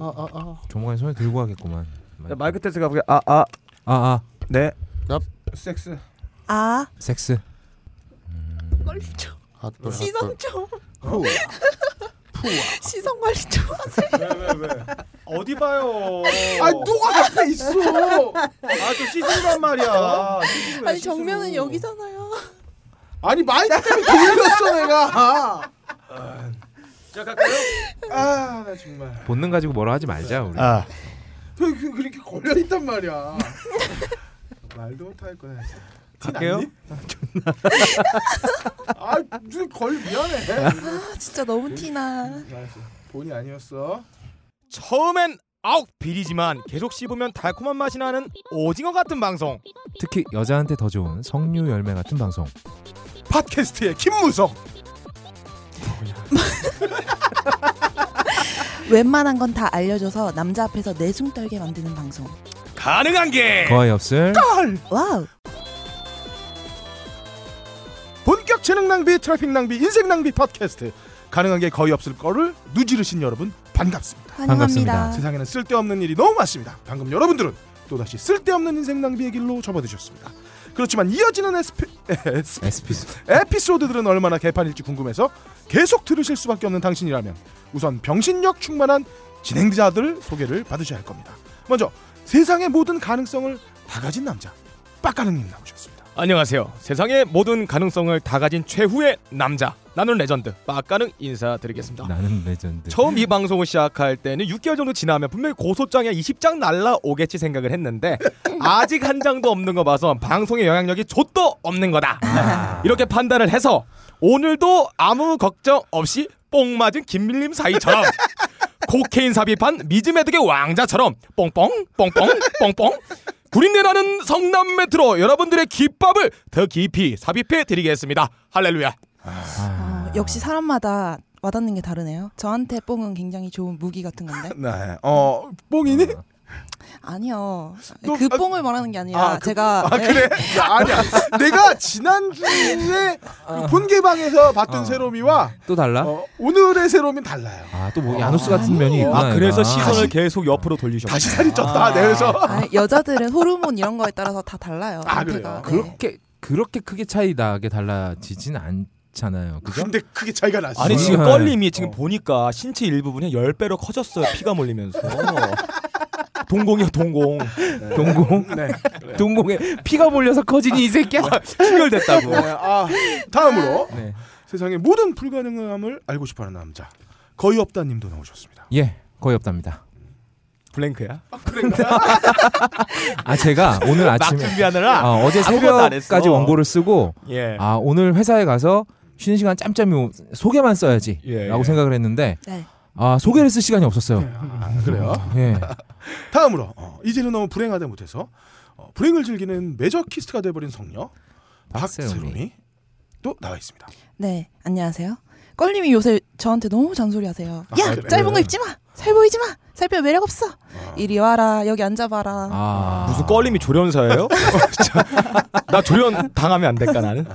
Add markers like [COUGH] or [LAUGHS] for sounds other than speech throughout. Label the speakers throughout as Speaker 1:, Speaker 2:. Speaker 1: 아아 아.
Speaker 2: 조만간 손에 들고 하겠구만.
Speaker 3: 자, 마이크 테스트 가볼게. 아, 아,
Speaker 2: 아아
Speaker 3: 네.
Speaker 1: 납.
Speaker 3: 섹스.
Speaker 4: 아
Speaker 2: 섹스
Speaker 4: 관리 좀
Speaker 1: 핫돌
Speaker 5: 아,
Speaker 4: 시선
Speaker 1: 핫돌.
Speaker 4: 좀
Speaker 1: 후.
Speaker 4: [LAUGHS] 시선 관리 좀 하세요.
Speaker 3: 왜, 왜, 왜? 어디 봐요?
Speaker 1: 아 누가 옆에 있어?
Speaker 3: 아저 시술란 말이야. 시술이야,
Speaker 4: 아니
Speaker 3: 시술.
Speaker 4: 정면은 여기잖아요.
Speaker 1: 아니 마이크 때문에 돌렸어 내가.
Speaker 3: 시작할까요?
Speaker 1: 아나 정말.
Speaker 2: 본능 가지고 뭐라 하지 말자 우리.
Speaker 1: 아. 그, 그 그렇게 걸려 있단
Speaker 5: [LAUGHS]
Speaker 1: 말이야. 말도 못할 거야.
Speaker 2: 갈게요.
Speaker 5: 아,
Speaker 1: 아눈걸 미안해.
Speaker 4: 아 진짜 너무 티나.
Speaker 1: 알았어. 본이 아니었어.
Speaker 5: 처음엔 아욱 비리지만 계속 씹으면 달콤한 맛이 나는 오징어 같은 방송
Speaker 2: 특히 여자한테 더 좋은 성류 열매 같은 [LAUGHS] 방송.
Speaker 5: 팟캐스트의 김무성
Speaker 4: 웬만한 건 다 알려줘서 남자 앞에서 내숭 떨게 만드는 방송.
Speaker 5: 가능한 게
Speaker 2: 거의 없을
Speaker 4: 와우.
Speaker 5: 본격 재능 낭비 트래핑 낭비 인생 낭비 팟캐스트 가능한 게 거의 없을 거를 누지르신 여러분 반갑습니다
Speaker 4: 환영합니다.
Speaker 1: 아.
Speaker 2: 반갑습니다.
Speaker 5: 세상에는 쓸데없는 일이 너무 많습니다 방금 여러분들은 또다시 쓸데없는 인생 낭비의 길로 접어드셨습니다 그렇지만 이어지는 [LAUGHS] 에스피, 에스,
Speaker 2: 에스피.
Speaker 5: 에피소드들은 얼마나 개판일지 궁금해서 계속 들으실 수밖에 없는 당신이라면 우선 병신력 충만한 진행자들 소개를 받으셔야 할 겁니다. 먼저 세상의 모든 가능성을 다 가진 남자 빡가능님 나오셨습니다.
Speaker 6: 안녕하세요. 세상의 모든 가능성을 다 가진 최후의 남자 나는 레전드 빠까능 인사드리겠습니다.
Speaker 2: 나는 레전드.
Speaker 6: 네. 처음 이 방송을 시작할 때는 6개월 정도 지나면 분명히 고소장에 20장 날라오겠지 생각을 했는데 아직 한 장도 없는 거 봐서 방송의 영향력이 좆도 없는 거다 이렇게 판단을 해서 오늘도 아무 걱정 없이 뽕 맞은 김밀림 사이처럼 코케인 삽입한 미즈메드의 왕자처럼 뽕뽕 뽕뽕 뽕뽕 구린내라는 성남 메트로 여러분들의 기밥을 더 깊이 삽입해 드리겠습니다 할렐루야
Speaker 5: 아.
Speaker 4: 어, 역시 사람마다 와닿는 게 다르네요. 저한테 뽕은 굉장히 좋은 무기 같은
Speaker 5: [LAUGHS]
Speaker 4: 건데.
Speaker 5: 네, 어 뽕이니?
Speaker 4: 아니요.
Speaker 5: 너-
Speaker 4: 그
Speaker 5: 아,
Speaker 4: 뽕을 말하는 게 아니라 제가 네.
Speaker 5: 아 그래? 야, 아니야. 내가 지난 주에 본개방에서 봤던 세로미와
Speaker 2: 또 달라?
Speaker 5: 어, 오늘의 세롬이 달라요.
Speaker 2: 아 또 뭐 야누스 같은 면이 있구나. 얘가.
Speaker 6: 아, 계속 옆으로 돌리셨다
Speaker 5: 다시 살이 쪘다. 네, 그래서
Speaker 4: 아니, 여자들은 호르몬 이런 거에 따라서 다 달라요.
Speaker 5: 아,
Speaker 4: 상태가.
Speaker 5: 그래요?
Speaker 4: 네.
Speaker 2: 그렇게 그렇게 크게 차이 나게 달라지진 않잖아요. 그죠?
Speaker 5: 근데 크게 차이가 났어.
Speaker 6: 아니 지금
Speaker 2: 그거는-
Speaker 6: 껄림이 지금 보니까 신체 일부분이 10배로 커졌어요 피가 몰리면서 [LAUGHS] 동공이요 동공 [LAUGHS]
Speaker 2: 동공
Speaker 5: 네.
Speaker 2: [LAUGHS] 동공에 피가 몰려서 커지니 이 새끼야.
Speaker 6: 충혈됐다고
Speaker 5: 네, 아 다음으로
Speaker 2: 네.
Speaker 5: 세상의 모든 불가능함을 알고 싶어하는 남자 거의 없다님도 나오셨습니다.
Speaker 2: 예. 거의 없답니다.
Speaker 6: 블랭크야
Speaker 2: 아 제가 오늘
Speaker 6: 막
Speaker 2: 아침에
Speaker 6: 준비하느라
Speaker 2: 어, 어제
Speaker 6: 아무것도 안 했어.
Speaker 2: 새벽까지 원고를 쓰고
Speaker 6: 예
Speaker 2: 아 오늘 회사에 가서 쉬는 시간 짬짬이 오- 소개만 써야지라고
Speaker 6: 예, 네. 예.
Speaker 2: 생각을 했는데
Speaker 4: 네.
Speaker 2: 아 소개를 쓸 시간이 없었어요.
Speaker 5: 아, 그래요?
Speaker 6: [LAUGHS]
Speaker 2: 예.
Speaker 5: 다음으로 어, 이제는 너무 불행하다 못해서 어, 불행을 즐기는 메저키스트가 돼버린 성녀
Speaker 2: 박세롬이.
Speaker 5: 박세롬이 또 나와 있습니다.
Speaker 4: 네, 안녕하세요. 껄님이 요새 저한테 너무 잔소리하세요.
Speaker 5: 아,
Speaker 4: 야,
Speaker 5: 그래요?
Speaker 4: 짧은 거 입지 마. 살 보이지 마. 살펴 매력 없어. 이리 와라. 여기 앉아봐라.
Speaker 2: 아
Speaker 6: 무슨
Speaker 2: [LAUGHS]
Speaker 6: 껄림이 조련사예요? 나 조련 당하면 안 될까 나는?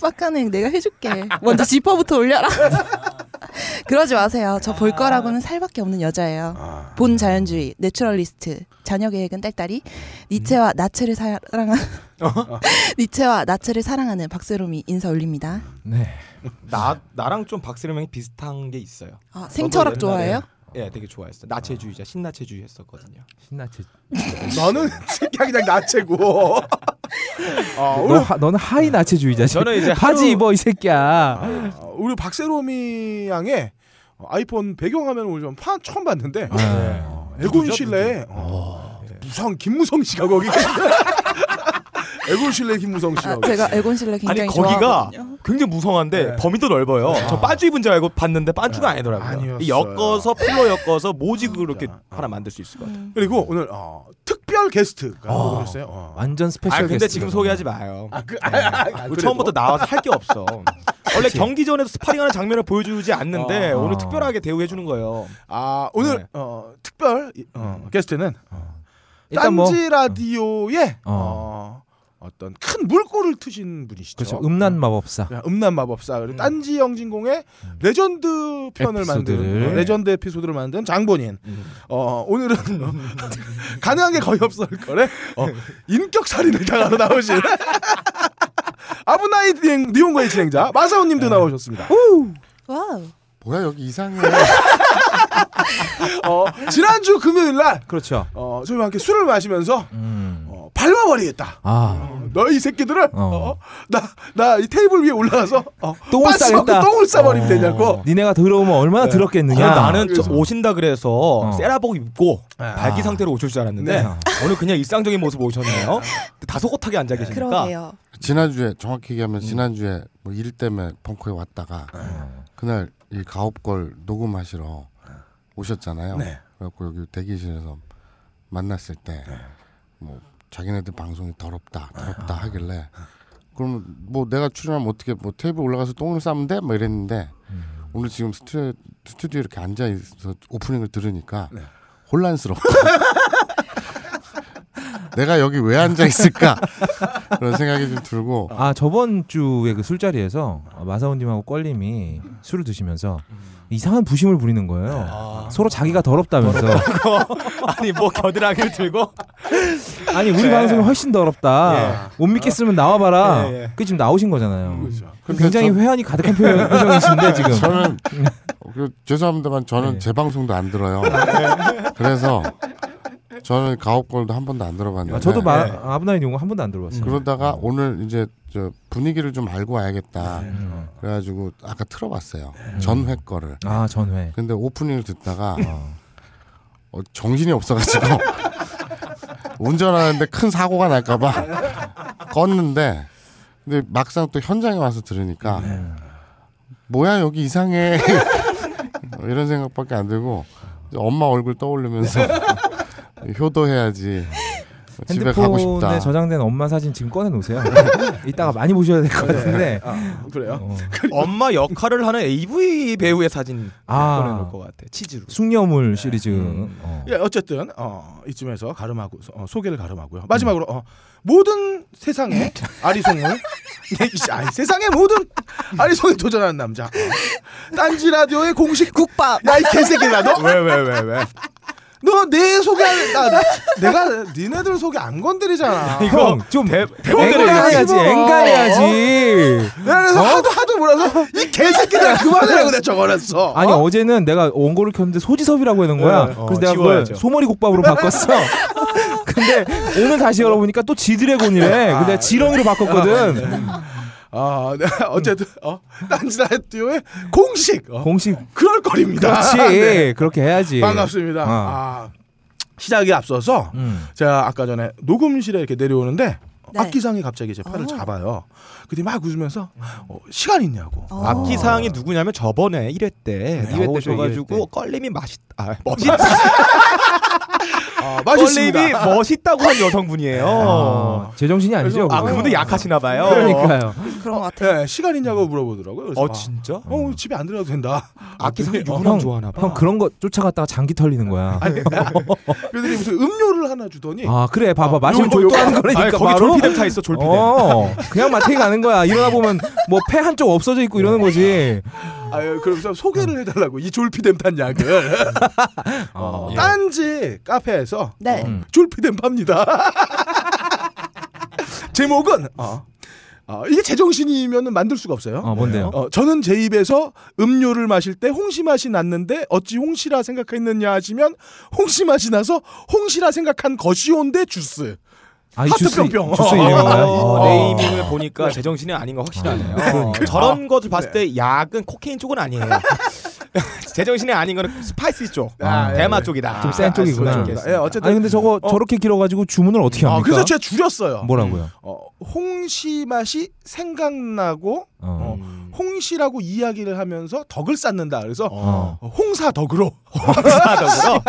Speaker 4: 빡가는 내가 해줄게. 먼저 지퍼부터 올려라. [LAUGHS] 그러지 마세요. 저 볼 거라고는 살밖에 없는 여자예요.
Speaker 5: 아,
Speaker 4: 본 자연주의, 내추럴리스트, 자녀 계획은 딸딸이, 니체와 나츠를 사랑한 [LAUGHS] 니체와 나츠를 사랑하는 박세롬이 인사 올립니다.
Speaker 2: 네.
Speaker 6: 나 나랑 좀 박세롬이 비슷한 게 있어요.
Speaker 4: 아, 생철학
Speaker 6: 저도 옛날에-
Speaker 4: 좋아해요?
Speaker 6: 예, 되게 좋아했어요. 나체주의자, 신나체주의 했었거든요.
Speaker 2: 신나체.
Speaker 5: 너는 새끼야 그냥 나체고. 아,
Speaker 2: 너
Speaker 5: 오늘
Speaker 2: 하, 너는 하이 나체주의자지.
Speaker 6: 네.
Speaker 2: [LAUGHS]
Speaker 6: 저는 이제
Speaker 2: 하지
Speaker 6: 하루-
Speaker 2: 입어 이 새끼야.
Speaker 5: 아, 우리 박세롬이 양의 아이폰 배경화면 오늘 좀 파, 처음 봤는데
Speaker 2: 아,
Speaker 5: 어, 에곤 실레 어, 무성 김무성 씨가 거기 에곤 실레 김무성 씨가
Speaker 4: 아,
Speaker 5: 거기.
Speaker 4: 제가 에곤 실레 굉장히
Speaker 6: 아니 거기가
Speaker 4: 좋아하거든요.
Speaker 6: 굉장히 무성한데
Speaker 5: 네.
Speaker 6: 범위도 넓어요. 저 빠주 입은 줄 알고 봤는데 빠주가
Speaker 5: 네.
Speaker 6: 아니더라고요.
Speaker 5: 아니었어요.
Speaker 6: 이 엮어서 필러 엮어서 모직으로 이렇게
Speaker 5: 진짜.
Speaker 6: 하나 만들 수 있을 것 같아요.
Speaker 4: 음.
Speaker 5: 그리고 오늘 어, 특별 게스트가
Speaker 2: 어.
Speaker 5: 오셨어요. 어.
Speaker 2: 완전 스페셜.
Speaker 6: 아 근데
Speaker 2: 게스트다.
Speaker 6: 지금 소개하지 마요.
Speaker 5: 그, 아, 아, 아,
Speaker 6: 우리
Speaker 5: 그래도?
Speaker 6: 처음부터 나와서 할 게 없어. 원래 경기 전에도 스파링하는 장면을 보여주지 않는데
Speaker 2: 어.
Speaker 6: 오늘 특별하게 대우해 주는 거예요.
Speaker 5: 아 오늘
Speaker 6: 네.
Speaker 5: 어, 특별 이- 어, 게스트는
Speaker 2: 일단 뭐
Speaker 5: 딴지 라디오의 어. 어,
Speaker 2: 어.
Speaker 5: 어떤 큰 물꼬를 트신 분이시죠.
Speaker 2: 그렇죠.
Speaker 6: 네.
Speaker 2: 음란 마법사.
Speaker 5: 야, 음란 마법사 그리고 딴지 영진공의 레전드 편을
Speaker 2: 음. 에피소드를. 네. 음.
Speaker 5: 만든 어, 레전드 에피소드를 만든 장본인 어,
Speaker 2: [LAUGHS]
Speaker 5: 오늘은 가능한 게 거의 없을 거래 어, 인격 살인을 당하러 나오신 [LAUGHS] 아브나이 니온고의 진행자
Speaker 2: 네.
Speaker 5: 마사오님도 나오셨습니다.
Speaker 4: 와우.
Speaker 7: 뭐야 여기 이상해.
Speaker 5: 어, 지난주 금요일 날
Speaker 2: 그렇죠.
Speaker 5: 어, 저희와 함께 술을 마시면서
Speaker 2: 음.
Speaker 5: 어, 밟아버리겠다.
Speaker 2: 아.
Speaker 5: 너희 새끼들을
Speaker 2: 어.
Speaker 5: 나나 이 테이블 위에 올라가서 어,
Speaker 2: 똥을
Speaker 5: 빤스 먹고
Speaker 2: 싸겠다.
Speaker 5: 똥을 싸버리면
Speaker 2: 어.
Speaker 5: 되냐고.
Speaker 2: 니네가 들어오면 얼마나
Speaker 6: 네.
Speaker 2: 들었겠느냐.
Speaker 6: 아, 나는 저 오신다 그래서
Speaker 2: 어.
Speaker 6: 세라복 입고 발기 상태로 오실 줄 알았는데
Speaker 2: 네.
Speaker 6: 오늘 그냥 일상적인 모습 오셨네요. 다소곳하게 앉아 계시니까
Speaker 4: 그러게요.
Speaker 7: 지난주에 정확히 얘기하면 지난주에 뭐 일 때문에 벙커에 왔다가 그날 이 가업걸 녹음하시러 오셨잖아요. 그래갖고 여기 대기실에서 만났을 때 뭐 자기네들 방송이 더럽다 더럽다 하길래 그럼 뭐 내가 출연하면 어떻게 뭐 테이블 올라가서 똥을 싸면 돼? 뭐 이랬는데 오늘 지금 스튜디오, 스튜디오 이렇게 앉아 있어서 오프닝을 들으니까 혼란스럽고 [LAUGHS] 내가 여기 왜 앉아 있을까 그런 생각이 좀 들고
Speaker 2: 아 저번 주에 그 술자리에서 마사오님하고 껄림이 술을 드시면서
Speaker 6: 음.
Speaker 2: 이상한 부심을 부리는 거예요.
Speaker 6: 아.
Speaker 2: 서로 자기가 더럽다면서
Speaker 6: 아니 뭐 겨드랑이를 들고
Speaker 2: 아니 우리
Speaker 6: 네.
Speaker 2: 방송이 훨씬 더럽다. 못 믿겠으면 나와봐라.
Speaker 6: 예, 예.
Speaker 2: 그 지금 나오신 거잖아요.
Speaker 5: 그렇죠.
Speaker 7: 근데
Speaker 2: 굉장히
Speaker 7: 저-
Speaker 2: 회한이 가득한 표현, 표정이신데 지금.
Speaker 7: [LAUGHS]
Speaker 2: [LAUGHS]
Speaker 7: 저는 그, 죄송합니다만 저는
Speaker 2: 네. 아,
Speaker 7: 제 방송도 안 들어요. 그래서 저는 가옥걸도 한 번도 안 들어봤는데
Speaker 2: 아, 저도 마, 아브나인 용어 한 번도 안 들어봤어요.
Speaker 7: 그러다가 오늘 이제 저 분위기를 좀 알고 와야겠다.
Speaker 2: 음.
Speaker 7: 그래가지고 아까 틀어봤어요.
Speaker 2: 네.
Speaker 7: 전회 거를.
Speaker 2: 아 전회.
Speaker 7: 근데 오프닝을 듣다가
Speaker 2: 어.
Speaker 7: 어, 정신이 없어가지고 [LAUGHS] 운전하는데 큰 사고가 날까봐 껐는데 근데 막상 또 현장에 와서 들으니까
Speaker 2: 네.
Speaker 7: 뭐야 여기 이상해 [LAUGHS] 어, 이런 생각밖에 안 들고 이제 엄마 얼굴 떠올리면서 [LAUGHS] 효도해야지 집에 가고 싶다
Speaker 2: 핸드폰에 저장된 엄마 사진 지금 꺼내 놓으세요. [LAUGHS] 이따가 많이 보셔야 될 것 같은데.
Speaker 5: 그래요?
Speaker 2: 어.
Speaker 6: 엄마 역할을 하는 AV 배우의 사진
Speaker 2: 아.
Speaker 6: 꺼내놓을 것 같아 치즈로.
Speaker 2: 숙녀물 시리즈.
Speaker 6: 음.
Speaker 2: 어.
Speaker 5: 예, 어쨌든 어, 이쯤에서 가름하고 어, 소개를 가름하고요. 마지막으로 어, 모든 세상의 아리송을 [LAUGHS] 네, 이씨, 아이, 세상의 모든 아리송에 도전하는 남자. 어, 딴지 라디오의 공식 국밥. 야 이 개새끼야 너.
Speaker 6: 왜 왜 왜 왜?
Speaker 5: 너 내 소개 안- 나 내가 니네들 소개 안 건드리잖아. 어.
Speaker 2: 이거 좀
Speaker 5: 대본대로
Speaker 2: 앵간해야지.
Speaker 5: 읽어야지.
Speaker 2: 앵간해야지.
Speaker 5: 내가 그래서
Speaker 6: 어?
Speaker 5: 하도 하도 몰아서 이 개새끼들 그만해라고 내가 적어놨어.
Speaker 2: 아니 어? 제는 내가 원고를 켰는데 소지섭이라고 해놓은 거야.
Speaker 6: 네, 어,
Speaker 2: 그래서 내가 그걸
Speaker 6: 지워야죠.
Speaker 2: 소머리 국밥으로 바꿨어.
Speaker 6: [LAUGHS]
Speaker 2: 근데 오늘 다시 열어보니까 또 지드래곤이래.
Speaker 6: 아, 네.
Speaker 2: 근데 지렁이로 바꿨거든.
Speaker 5: 아, 네, 어쨌든 어, 딴지 라디오의 공식 어,
Speaker 2: 공식
Speaker 5: 그럴 거립니다.
Speaker 2: 그렇지.
Speaker 5: [LAUGHS]
Speaker 6: 아,
Speaker 5: 네,
Speaker 2: 그렇게 해야지.
Speaker 5: 반갑습니다.
Speaker 2: 어.
Speaker 5: 아, 시작이 앞서서
Speaker 2: 음.
Speaker 5: 제가 아까 전에 녹음실에 이렇게 내려오는데
Speaker 4: 네.
Speaker 5: 악기상이 갑자기 제 팔을
Speaker 4: 어.
Speaker 5: 잡아요. 그때 막 웃으면서 어, 시간 있냐고.
Speaker 4: 어.
Speaker 6: 악기 사항이 누구냐면 저번에 1회
Speaker 2: 네,
Speaker 6: 때 2회 때
Speaker 2: 나오셔,
Speaker 6: 줘가지고
Speaker 2: 1회
Speaker 6: 껄림이 맛있 아 멋있다
Speaker 5: 아,
Speaker 6: 껄림이
Speaker 5: 맛있습니다.
Speaker 6: 멋있다고 한 여성분이에요.
Speaker 2: 어, 제정신이 아니죠. 그거.
Speaker 6: 아
Speaker 2: 어.
Speaker 6: 그분도 약하시나 봐요.
Speaker 2: 그러니까요.
Speaker 4: 그런 것 같아요.
Speaker 5: 네, 시간 있냐고 물어보더라고요. 그래서
Speaker 6: 어
Speaker 5: 아,
Speaker 6: 진짜?
Speaker 5: 어, 집에 안 들어가도 된다.
Speaker 6: 악기상이
Speaker 5: 어,
Speaker 6: 누구랑
Speaker 2: 아, 형,
Speaker 6: 좋아하나 봐.
Speaker 2: 형 그런 거 쫓아갔다가 장기 털리는 거야.
Speaker 5: 그들이 무슨 음료를 하나 주더니
Speaker 2: 아 그래 봐봐
Speaker 5: 어,
Speaker 2: 마시면
Speaker 5: 요거, 요거.
Speaker 2: 졸도하는 거니까
Speaker 6: 아니, 거기
Speaker 2: 바로.
Speaker 6: 졸피뎀 차 있어 졸피뎀.
Speaker 2: 어 그냥 마탱이 가는 거야. 일어나 보면 뭐 폐 한쪽 없어져 있고 이러는
Speaker 6: 네.
Speaker 2: 거지.
Speaker 5: 아유, 그러면서 소개를 해달라고 이 졸피뎀 탄 약을
Speaker 2: 어.
Speaker 5: 어, 딴지 카페에서
Speaker 4: 네.
Speaker 2: 음.
Speaker 5: 졸피뎀 팝니다. [LAUGHS] 제목은 어, 어, 이게 제정신이면 만들 수가 없어요.
Speaker 2: 어 뭔데요?
Speaker 5: 어, 저는 제 입에서 음료를 마실 때 홍시 맛이 났는데 어찌 홍시라 생각했느냐 하시면 홍시 맛이 나서 홍시라 생각한 것이온데 주스.
Speaker 2: 아, 이
Speaker 5: 하트
Speaker 2: 주스,
Speaker 5: 뿅뿅.
Speaker 2: 주스
Speaker 6: 아,
Speaker 2: 이름인가요?
Speaker 6: 어,
Speaker 2: 어.
Speaker 6: 네이밍을 보니까 제정신이 아닌 거 확실하네요. 저런 것을 봤을 때 약은 코케인 쪽은 아니에요. 제정신이 아닌 거는 스파이스 쪽,
Speaker 2: 아,
Speaker 6: 대마 쪽이다.
Speaker 2: 좀센 쪽이구나.
Speaker 6: 아,
Speaker 5: 그렇습니다. 예,
Speaker 6: 알겠습니다.
Speaker 5: 어쨌든
Speaker 2: 그렇죠. 아니 근데 저거 저렇게 길어가지고 주문을 어떻게
Speaker 5: 어,
Speaker 2: 합니까?
Speaker 5: 그래서 제가 줄였어요.
Speaker 2: 뭐라고요?
Speaker 5: 어, 홍시 맛이 생각나고
Speaker 2: 어.
Speaker 6: 음.
Speaker 5: 홍시라고 이야기를 하면서 덕을 쌓는다. 그래서
Speaker 2: 어.
Speaker 5: 어, 홍사 덕으로
Speaker 8: [LAUGHS]
Speaker 6: 홍사덕으로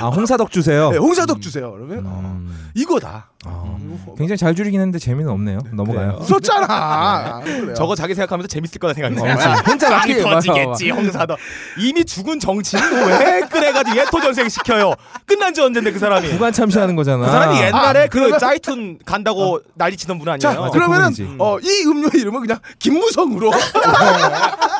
Speaker 2: 아 홍사덕 주세요.
Speaker 8: 네, 홍사덕 주세요. 그러면 어,
Speaker 2: 음,
Speaker 8: 이거다.
Speaker 2: 아,
Speaker 8: 음,
Speaker 2: 굉장히 잘 줄이긴 했는데 재미는 없네요. 넘어가요.
Speaker 8: 웃었잖아. 그래요.
Speaker 6: 저거 자기 생각하면서 재밌을 거라 생각했어요. [LAUGHS]
Speaker 2: 혼자
Speaker 6: 빵이
Speaker 2: 맞게
Speaker 6: 터지겠지 홍사덕 이미 죽은 정치인을 왜 끌어가지고 예토전생 시켜요 끝난 지 언젠데 그 사람이
Speaker 2: 구간 참시하는 거잖아.
Speaker 6: 그 사람이 옛날에 그
Speaker 8: 그러면-
Speaker 6: 짜이툰 간다고 난리치던 분
Speaker 8: 자,
Speaker 6: 아니에요
Speaker 2: 맞아,
Speaker 8: 그러면은
Speaker 2: 그분이지.
Speaker 8: 어, 이 음료의 이름은 그냥 김무성으로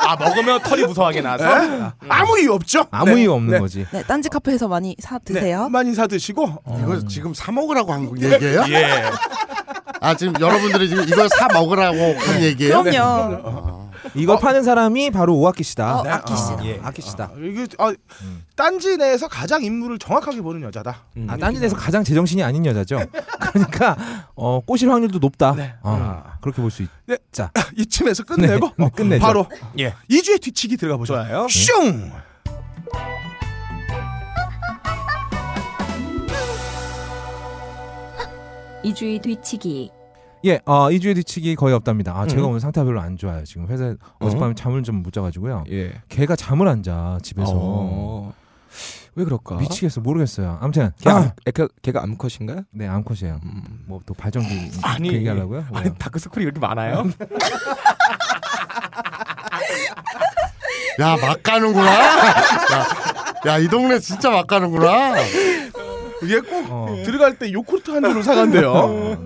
Speaker 6: 아 먹으면 털이 무서워하게 음. 나서
Speaker 8: 아무 이유 없죠.
Speaker 2: 아무
Speaker 8: 네.
Speaker 2: 이유 없는
Speaker 8: 네.
Speaker 2: 거지.
Speaker 4: 네, 딴지 카페에서 많이 사
Speaker 8: 네,
Speaker 4: 드세요.
Speaker 8: 많이 사 드시고 어,
Speaker 7: 이거 지금 사 먹으라고 한 거- 얘기예요?
Speaker 6: 예
Speaker 7: 아 지금 여러분들이 지금 이걸 사 먹으라고 한 얘기예요?
Speaker 8: 네.
Speaker 4: 그럼요.
Speaker 7: 아,
Speaker 2: 이걸 파는 사람이 바로 오아키 씨다.
Speaker 4: 어, 아키 씨다.
Speaker 2: 예. 아키 씨다.
Speaker 5: 어.
Speaker 8: 이게 아, 딴지 내에서 가장 인물을 정확하게 보는 여자다.
Speaker 5: 음.
Speaker 2: 아, 딴지 내에서 가장 제정신이 아닌 여자죠. [LAUGHS] 그러니까 어, 꼬실 확률도 높다. 어, 그렇게 볼 수 있.
Speaker 8: 네.
Speaker 2: 자,
Speaker 8: 이쯤에서 끝내고
Speaker 2: 네, 네, 끝내죠.
Speaker 8: 바로
Speaker 6: 예.
Speaker 8: 2주의 뒤치기 들어가 보죠.
Speaker 6: 좋아요.
Speaker 8: 슝.
Speaker 9: 이주의 뒤치기
Speaker 2: 예, 어, 2주에 뒤치기 거의 없답니다. 아, 제가 오늘 상태가 별로 안 좋아요. 지금 회사 에 어젯밤에 잠을 좀 못 자가지고요.
Speaker 6: 예
Speaker 2: 걔가 잠을 안 자, 집에서.
Speaker 6: 어. 왜 그럴까
Speaker 2: 미치겠어, 모르겠어요. 아무튼.
Speaker 6: 걔가,
Speaker 2: 아,
Speaker 6: 걔가, 걔가 암컷인가요?
Speaker 2: 네, 암컷이에요. 뭐 또 발전기
Speaker 6: 아니.
Speaker 2: 그 얘기하려고요? 왜요?
Speaker 6: 아니 다크서클이 이렇게 많아요?
Speaker 7: 야막 가는구나. 야 이 동네 진짜 막 가는구나.
Speaker 8: 이게 꼭
Speaker 2: 어.
Speaker 8: 들어갈 때 요구르트 한 줄을 사간대요.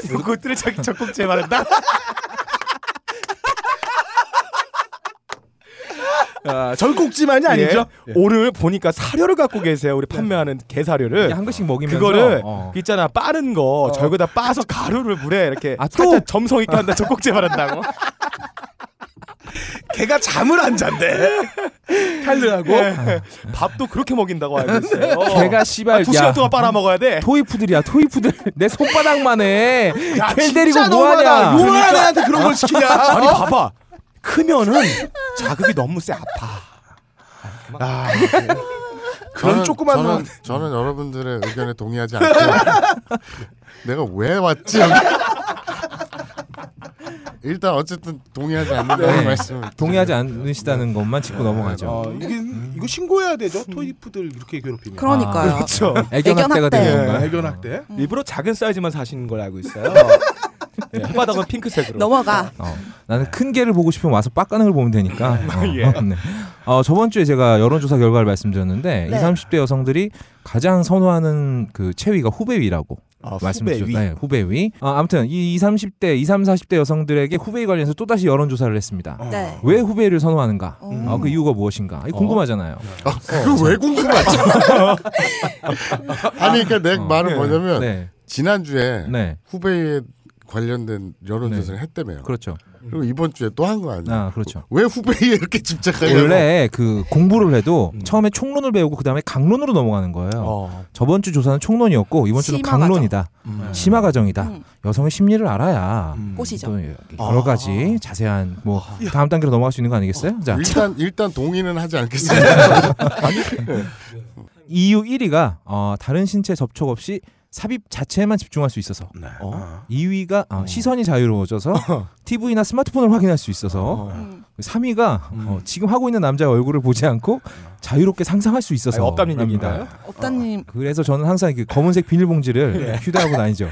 Speaker 6: [LAUGHS] 그것들을 자기 적극제 [LAUGHS] 말한다
Speaker 8: 아, 절곡지만이 아니죠.
Speaker 6: 예. 네. 오늘 보니까 사료를 갖고 계세요 우리 판매하는 개 사료를
Speaker 2: 이게 한 글씩 먹이면서
Speaker 6: 그 그거를
Speaker 2: 어.
Speaker 6: 그 있잖아 빠른 거 절거다 빠서 가루를 물에 이렇게
Speaker 2: 아,
Speaker 6: 살짝 점성 있게 한다
Speaker 2: [LAUGHS]
Speaker 6: 적국제 말한다고
Speaker 8: 걔가 잠을 안 잔대. 칼르하고
Speaker 6: 예.
Speaker 2: 예.
Speaker 6: 밥도 그렇게 먹인다고 알고 있어요
Speaker 2: 뭐? [LAUGHS] 걔가 씨발
Speaker 6: 두
Speaker 2: 야,
Speaker 6: 시간 동안 빨아 먹어야 돼
Speaker 2: 토이푸들이야 토이푸들 [LAUGHS] 내 손바닥만 해걔 데리고
Speaker 8: 진짜 너무하다.
Speaker 2: 뭐하냐
Speaker 8: 요만한 애한테 그런 걸 시키냐?
Speaker 2: [LAUGHS]
Speaker 6: 아니 봐봐 크면은 자극이 너무 세 아파
Speaker 8: 아, 그런
Speaker 7: 저는-
Speaker 8: 조그만
Speaker 7: 저는, 저는 여러분들의 의견에 동의하지 않고 [LAUGHS] 내가 왜 왔지? 여기? 일단 어쨌든 동의하지 않는다는
Speaker 2: 네.
Speaker 7: 말씀을
Speaker 2: 동의하지 않으시다는 것만 짚고 넘어가죠
Speaker 8: 어, 이게 이거 신고해야 되죠.
Speaker 2: 음.
Speaker 8: 토이푸들 이렇게 괴롭히면.
Speaker 4: 그러니까요.
Speaker 6: 그렇죠
Speaker 2: 애견 학대가
Speaker 4: 학대.
Speaker 2: 되는
Speaker 8: 네,
Speaker 2: 건가요?
Speaker 8: 애견 학대.
Speaker 6: 음. 일부러 작은 사이즈만 사시는 걸 알고
Speaker 2: [LAUGHS]
Speaker 6: 있어요
Speaker 2: 네.
Speaker 6: 예, 혓바닥은 핑크색으로
Speaker 4: 넘어가.
Speaker 2: 어, 나는 큰 개를 보고 싶으면 와서 빡가는 걸 보면 되니까. 어, 네. 어, 저번 주에 제가 여론조사 결과를 말씀드렸는데
Speaker 4: 네.
Speaker 2: 20, 30대 여성들이 가장 선호하는 그 체위가 후배위라고
Speaker 6: 아, 후배 위.
Speaker 2: 말씀드렸다. 네, 후배위. 어, 아무튼 이 20, 30대, 20, 40대 여성들에게 후배위 관련해서 또 다시 여론조사를 했습니다.
Speaker 8: 어.
Speaker 4: 네.
Speaker 2: 왜 후배위를 선호하는가?
Speaker 4: 음.
Speaker 2: 어, 그 이유가 무엇인가? 이거 궁금하잖아요.
Speaker 7: 그거 왜 궁금하지? [LAUGHS] 아니 그러니까 내
Speaker 2: 어.
Speaker 7: 말은 뭐냐면
Speaker 2: 네,
Speaker 7: 지난주에
Speaker 2: 네,
Speaker 7: 후배에 관련된 여론조사를 했다며요.
Speaker 2: 그렇죠.
Speaker 7: 그리고 이번 주에 또 한 거 아니야?
Speaker 2: 아, 그렇죠.
Speaker 7: 왜 후배에 이렇게 집착하냐고?
Speaker 2: 원래 그 공부를 해도 처음에 총론을 배우고 그 다음에 강론으로 넘어가는 거예요.
Speaker 6: 어.
Speaker 2: 저번 주 조사는 총론이었고 이번 주는
Speaker 4: 심화
Speaker 2: 강론이다. 심화 과정이다.
Speaker 4: 음.
Speaker 2: 여성의 심리를 알아야
Speaker 6: 음.
Speaker 4: 꽃이죠.
Speaker 2: 또
Speaker 6: 아.
Speaker 2: 여러 가지 자세한 뭐 다음 단계로 넘어갈 수 있는 거 아니겠어요? 자,
Speaker 7: 일단 일단 동의는 하지
Speaker 2: 네.
Speaker 7: 않겠습니다.
Speaker 2: 이유 1위가 어, 다른 신체 접촉 없이 삽입 자체에만 집중할 수 있어서
Speaker 6: 음.
Speaker 2: 어? 2위가 어, 시선이
Speaker 6: [LAUGHS]
Speaker 2: 자유로워져서
Speaker 6: 어.
Speaker 2: TV나 스마트폰을 확인할 수 있어서
Speaker 4: 음.
Speaker 2: 3위가 어, 지금 하고 있는 남자의 얼굴을 보지 않고 자유롭게 상상할 수 있어서
Speaker 6: 음. 아니, 없다는
Speaker 2: 랍니다.
Speaker 6: 얘기인가요?
Speaker 4: 업다님
Speaker 2: 그래서 저는 항상 그 검은색 비닐봉지를
Speaker 6: 네.
Speaker 2: 휴대하고 다니죠.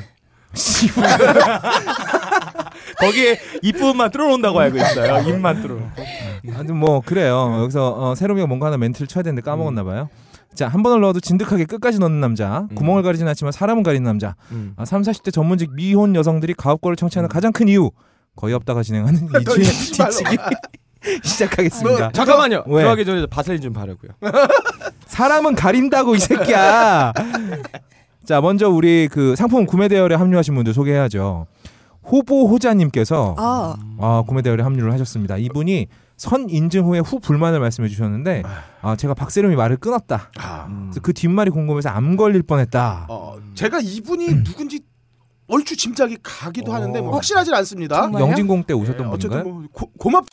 Speaker 2: [LAUGHS] 씨발.
Speaker 6: 거기에 이쁨만 뚫어놓는다고 알고 있어요 입만 뚫어
Speaker 2: 아무튼 뭐 그래요. 여기서 어, 새로미가 뭔가 하나 멘트를 쳐야 되는데 까먹었나 봐요. 자, 한 번을 넣어도 진득하게 끝까지 넣는 남자. 구멍을 가리진 않지만 사람은 가리는 남자.
Speaker 6: 음.
Speaker 2: 아, 3, 40대 전문직 미혼 여성들이 가업거를 청취하는 가장 큰 이유. 거의 없다가 [LAUGHS] 진행하는 음. 이주의 뒤치기 [LAUGHS] 시작하겠습니다.
Speaker 6: 아, 잠깐만요.
Speaker 2: 왜?
Speaker 6: 들어가기 전에 바셀린 좀 바르고요.
Speaker 2: 사람은 가린다고 이 [LAUGHS] 새끼야. 자, 먼저 우리 그 상품 구매 대열에 합류하신 분들 소개해야죠. 호보 호자님께서
Speaker 4: 아,
Speaker 2: 아, 구매 대열에 합류를 하셨습니다. 이분이 선 인증 후에 후 불만을 말씀해 주셨는데 아, 제가 박세롬이 말을 끊었다.
Speaker 5: 아.
Speaker 4: 음.
Speaker 2: 그래서 그 뒷말이 궁금해서 암 걸릴 뻔했다.
Speaker 8: 어, 제가
Speaker 2: 음.
Speaker 8: 이분이 누군지 얼추 짐작이 가기도 하는데 뭐 확실하진 않습니다.
Speaker 4: 정말요?
Speaker 2: 영진공 때 어. 오셨던
Speaker 8: 예,
Speaker 5: 네,
Speaker 2: 분인가요?
Speaker 8: 어쨌든 뭐 고, 고맙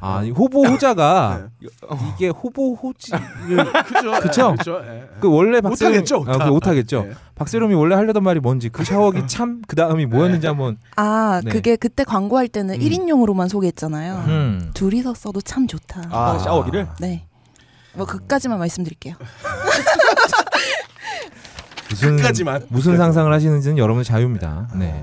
Speaker 2: 아, 이 호보
Speaker 5: [LAUGHS]
Speaker 2: 호자가
Speaker 5: 네.
Speaker 2: 이게 호보 호지
Speaker 5: 그죠? 예,
Speaker 8: [LAUGHS]
Speaker 2: 그쵸?
Speaker 5: 그죠? 예, 예.
Speaker 2: 그 원래 박세롬
Speaker 5: 오타겠죠, 오타.
Speaker 2: 아, 그 오타겠죠.
Speaker 5: 예.
Speaker 2: 박세롬이 원래 하려던 말이 뭔지 그 샤워기
Speaker 5: [LAUGHS]
Speaker 2: 참 그 다음이 뭐였는지 한번
Speaker 4: 아,
Speaker 2: 네.
Speaker 4: 그게 그때 광고할 때는
Speaker 2: 음.
Speaker 4: 1인용으로만 소개했잖아요.
Speaker 2: 음.
Speaker 4: 둘이서 써도 참 좋다.
Speaker 6: 아, 샤워기를
Speaker 4: 네. 뭐 그까지만 말씀드릴게요.
Speaker 2: 무슨
Speaker 5: 끝까지만.
Speaker 2: 무슨 상상을 하시는지는 여러분의 자유입니다. 네.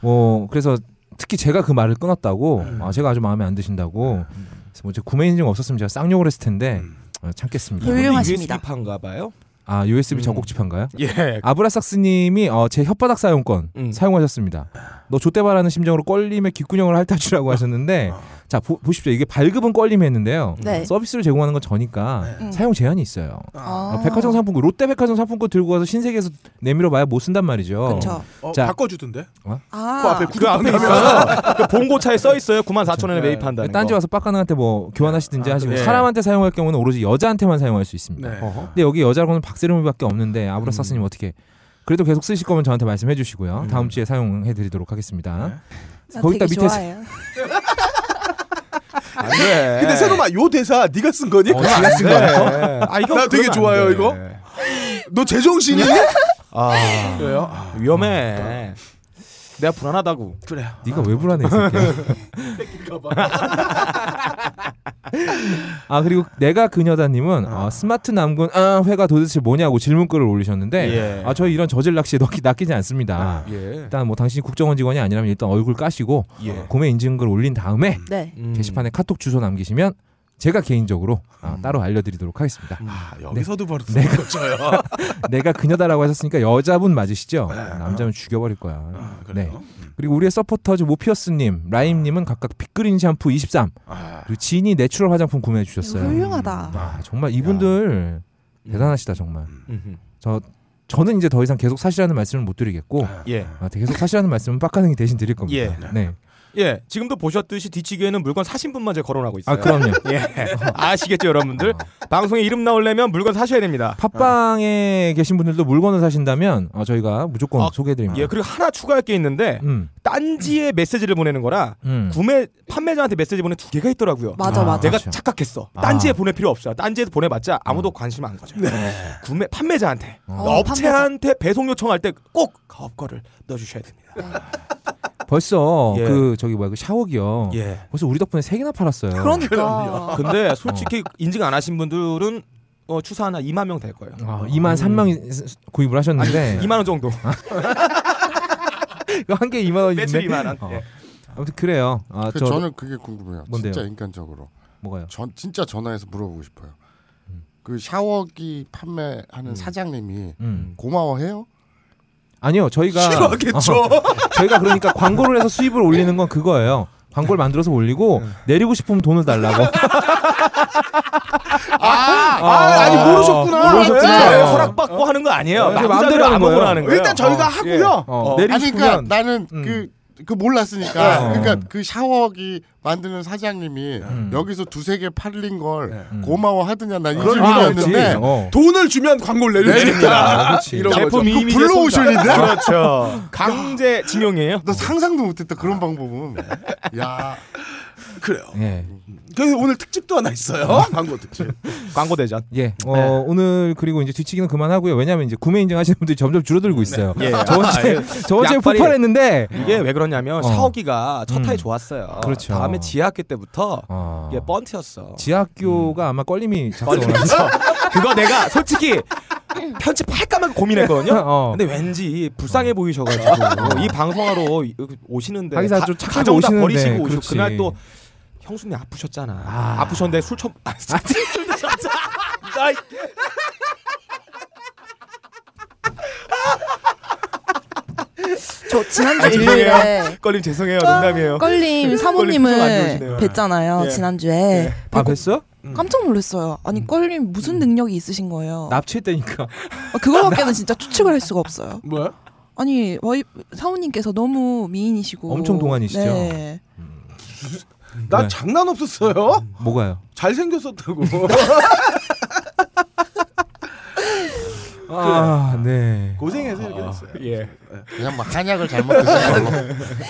Speaker 2: 뭐 그래서 특히 제가 그 말을 끊었다고 아, 제가 아주 마음에 안 드신다고 그래서 뭐제 구매 인증 없었으면 제가 쌍욕을 했을 텐데 어, 참겠습니다.
Speaker 4: 그 훌륭하십니다.
Speaker 6: USB판가 봐요.
Speaker 2: 아 USB
Speaker 6: 음.
Speaker 2: 전곡집한가요?
Speaker 6: 예.
Speaker 2: 아브라삭스님이 어, 제 혓바닥 사용권
Speaker 6: 음.
Speaker 2: 사용하셨습니다. 너 좆대바라는 심정으로 껄림의 귓구녕을 핥아주라고 하셨는데 자 보, 십시오 이게 발급은 껄림했는데요.
Speaker 4: 네.
Speaker 2: 서비스를 제공하는 건 저니까
Speaker 4: 음.
Speaker 2: 사용 제한이 있어요.
Speaker 5: 아.
Speaker 2: 어, 백화점 상품권 롯데백화점 상품권 들고 가서 신세계에서 내밀어봐야 못 쓴단 말이죠.
Speaker 4: 그렇죠.
Speaker 5: 어,
Speaker 2: 자.
Speaker 5: 바꿔주던데.
Speaker 4: 아.
Speaker 5: 그 앞에
Speaker 6: 그 앞에 있어요. 그 봉고차에 써 있어요. 94,000원에 매입한다는
Speaker 2: 딴지
Speaker 6: 거.
Speaker 2: 와서 빡가능한테 뭐 교환하시든지
Speaker 5: 아,
Speaker 2: 하시고
Speaker 5: 예.
Speaker 2: 사람한테 사용할 경우는 오로지 여자한테만 사용할 수 있습니다.
Speaker 5: 네. 음.
Speaker 2: 근데 여기 여자로는 박세롬이밖에 없는데 아브라사스님 어떻게? 그래도 계속 쓰실 거면 저한테 말씀해 주시고요. 다음 주에 사용해드리도록 하겠습니다.
Speaker 4: 나
Speaker 2: 거기다
Speaker 4: 되게
Speaker 2: 밑에
Speaker 4: 좋아해요.
Speaker 6: 안 돼.
Speaker 8: 근데 새놈아 요 대사 네가 쓴 거니?
Speaker 6: 네.
Speaker 5: 그
Speaker 6: 어, 지가 쓴 거예요. 아, 이거
Speaker 8: 나 되게
Speaker 6: 그러면 안
Speaker 8: 좋아요,
Speaker 6: 돼.
Speaker 8: 이거. 너 제정신이냐?
Speaker 6: 아,
Speaker 5: 그래요? 네? 아,
Speaker 6: 위험해. 내가 불안하다고.
Speaker 5: 그래요.
Speaker 2: 네가 왜 불안해? 이
Speaker 6: [LAUGHS]
Speaker 2: 새끼야. 아 그리고 내가 그녀다님은 아, 스마트 남군 아, 회가 도대체 뭐냐고 질문글을 올리셨는데
Speaker 6: 예.
Speaker 2: 아 저 이런 저질 낚시에 낚이, 낚이지 않습니다.
Speaker 6: 예.
Speaker 2: 일단 뭐 당신이 국정원 직원이 아니라면 일단 얼굴 까시고
Speaker 6: 예.
Speaker 5: 음.
Speaker 2: 구매 인증글 올린 다음에
Speaker 4: 네.
Speaker 6: 음.
Speaker 2: 게시판에 카톡 주소 남기시면 제가 개인적으로 아,
Speaker 6: 음.
Speaker 2: 따로 알려드리도록 하겠습니다.
Speaker 5: 아, 여기서도 바로
Speaker 2: 네.
Speaker 5: 쓰는 거죠.
Speaker 2: 내가 그녀다라고 하셨으니까 여자분 맞으시죠?
Speaker 6: 네.
Speaker 2: 남자면 죽여버릴 거야. 네.
Speaker 5: 아, 그래요?
Speaker 6: 음.
Speaker 2: 그리고 우리의 서포터즈 모피어스님, 라임님은 각각 빅그린 샴푸 23
Speaker 6: 아.
Speaker 2: 그리고 진이 내추럴 화장품 구매해 주셨어요.
Speaker 4: 훌륭하다.
Speaker 2: 아 정말 이분들 대단하시다 정말.
Speaker 6: 음. 음흠.
Speaker 2: 저는 이제 더 이상 계속 사시라는 말씀을 못 드리겠고
Speaker 6: 예.
Speaker 2: 아, 계속 사시라는 말씀은 빡가능이 대신 드릴 겁니다.
Speaker 6: 예.
Speaker 2: 네.
Speaker 6: 예. 지금도 보셨듯이 뒤치기에는 물건 사신 분만 제가 거론하고 있어요.
Speaker 2: 아 그럼요.
Speaker 6: 예. 아시겠죠, 여러분들? 방송에 이름 나오려면 물건 사셔야 됩니다.
Speaker 2: 팟빵에 계신 분들도 물건을 사신다면 어, 저희가 무조건
Speaker 6: 아,
Speaker 2: 소개해드립니다.
Speaker 6: 예. 그리고 하나 추가할 게 있는데
Speaker 2: 음,
Speaker 6: 딴지에 메시지를 보내는 거라
Speaker 2: 음.
Speaker 6: 구매 판매자한테 메시지 보내 두 개가 있더라고요.
Speaker 4: 맞아
Speaker 2: 아,
Speaker 4: 맞아.
Speaker 6: 내가
Speaker 2: 그렇죠.
Speaker 6: 착각했어.
Speaker 2: 아.
Speaker 6: 딴지에 보낼 필요 없어요. 딴지에서 보내봤자 아무도 관심 안 가져. 구매 판매자한테
Speaker 4: 어,
Speaker 6: 업체한테 배송 요청할 때 꼭 가업 거를 넣어주셔야 됩니다.
Speaker 2: 벌써
Speaker 6: 예.
Speaker 2: 그 저기 뭐야 그 샤워기요.
Speaker 6: 예.
Speaker 2: 벌써 우리 덕분에 세 개나 팔았어요.
Speaker 4: 그러니까.
Speaker 6: 근데 솔직히 인증 안 하신 분들은 어, 추사 하나 2만 명 될 거예요.
Speaker 2: 아, 네. 2만 3명 구입을 하셨는데
Speaker 6: 2만 원 정도.
Speaker 2: 이거 [LAUGHS] 한 개에 2만 원인데.
Speaker 6: 매출 2만 원.
Speaker 2: 어.
Speaker 6: 예.
Speaker 2: 아무튼 그래요. 아,
Speaker 7: 그
Speaker 2: 저
Speaker 7: 저는 그게 궁금해요.
Speaker 2: 뭔데요?
Speaker 7: 진짜 인간적으로.
Speaker 2: 뭐가요?
Speaker 7: 전 진짜 전화해서 물어보고 싶어요. 그 샤워기 판매하는 사장님이
Speaker 2: 음.
Speaker 7: 고마워해요?
Speaker 2: 아니요. 저희가
Speaker 5: 싫어하겠죠.
Speaker 2: 저희가 그러니까 광고를 해서 수입을 올리는 건 그거예요. 광고를 만들어서 올리고 내리고 싶으면 돈을 달라고. 어.
Speaker 8: 아, 아니 모르셨구나.
Speaker 2: 모르셨구나.
Speaker 8: 네.
Speaker 2: 어.
Speaker 6: 허락 받고 하는 거 아니에요.
Speaker 2: 네,
Speaker 6: 마음대로
Speaker 2: 마음대로 하는
Speaker 6: 아무거나
Speaker 2: 거예요.
Speaker 6: 하는 거예요.
Speaker 8: 일단 저희가 하고요.
Speaker 2: 어,
Speaker 6: 어.
Speaker 2: 내리고
Speaker 7: 아니 그러니까
Speaker 2: 싶으면
Speaker 7: 나는
Speaker 2: 음.
Speaker 7: 그 그
Speaker 2: 어.
Speaker 7: 몰랐으니까 그러니까 그 샤워기 만드는 사장님이 여기서 두세 개 팔린 걸 고마워 하드냐 난 이
Speaker 2: 음. 네. 그런 의미가 없지.
Speaker 7: 질문이었는데
Speaker 2: 어.
Speaker 8: 돈을 주면 광고를 내리니까.
Speaker 2: 그렇지.
Speaker 8: 이런 거죠.
Speaker 6: 제품 이미지
Speaker 7: 블루오션인데?
Speaker 6: 그렇죠. 강제 징용이에요.
Speaker 7: 나 상상도 못했다 그런
Speaker 2: 아. [LAUGHS]
Speaker 7: 방법은 야
Speaker 5: 그래요.
Speaker 2: 예.
Speaker 5: 그래서 오늘 특집도 하나 있어요. 광고 특집.
Speaker 6: 광고 대전.
Speaker 2: 예. 어,
Speaker 6: 네.
Speaker 2: 오늘 그리고 이제 뒤치기는 그만하고요. 왜냐면 이제 구매 인증하시는 분들이 점점 줄어들고 있어요.
Speaker 6: 예.
Speaker 2: 저번 주에 저번 주에
Speaker 6: 약발이- 음.
Speaker 2: 폭발했는데
Speaker 6: 이게 왜 그러냐면
Speaker 2: 어.
Speaker 6: 샤워기가 첫
Speaker 2: 음.
Speaker 6: 타이 좋았어요.
Speaker 2: 그렇죠.
Speaker 6: 다음에 지하학교 때부터
Speaker 2: 어.
Speaker 6: 이게 뻔트였어.
Speaker 2: 지하학교가 어. 아마 껄림이 작성을 한-
Speaker 6: 뻔트면서 그거 내가 솔직히 편집할까만 고민했거든요.
Speaker 2: 어.
Speaker 6: 근데 왠지 불쌍해 보이셔가지고 이 방송하러 여기 오시는데
Speaker 2: 하기사
Speaker 6: 가-
Speaker 2: 좀 착하게
Speaker 6: 가져오다
Speaker 2: 오시는데,
Speaker 6: 버리시고 오시고
Speaker 2: 그렇지.
Speaker 6: 그날 또 형수님 아프셨잖아.
Speaker 2: 아.
Speaker 6: 아. 프셨는데술 처음 아, 술 드셨잖아. 나 이-
Speaker 4: 저 지난주
Speaker 6: 죄송해요.
Speaker 4: 일요일에 네.
Speaker 6: 걸림 죄송해요 농담이에요.
Speaker 4: 껄림
Speaker 6: 좀
Speaker 4: 사모님을
Speaker 6: 안 좋으시네요.
Speaker 4: 뵀잖아요.
Speaker 6: 예.
Speaker 4: 지난주에
Speaker 2: 아 뵀어?
Speaker 4: 깜짝 놀랐어요.
Speaker 2: 음.
Speaker 4: 아니 껄림 무슨 능력이 있으신 거예요?
Speaker 6: 어. [LAUGHS]
Speaker 2: 납치했다니까.
Speaker 4: 아, 그거밖에는 진짜 추측을 할 수가 없어요.
Speaker 5: 뭐야?
Speaker 4: 아니 와이 사우님께서 너무 미인이시고
Speaker 2: 엄청 동안이시죠?
Speaker 4: 네.
Speaker 5: 나
Speaker 2: 네.
Speaker 5: 장난 없었어요.
Speaker 2: 뭐가요?
Speaker 5: 잘 생겼었다고.
Speaker 2: 아 네.
Speaker 6: 아,
Speaker 2: 아, 네.
Speaker 5: 고생해서 이렇게 됐어요.
Speaker 6: 예.
Speaker 7: 그냥 뭐 한약을 잘못 드신 걸로.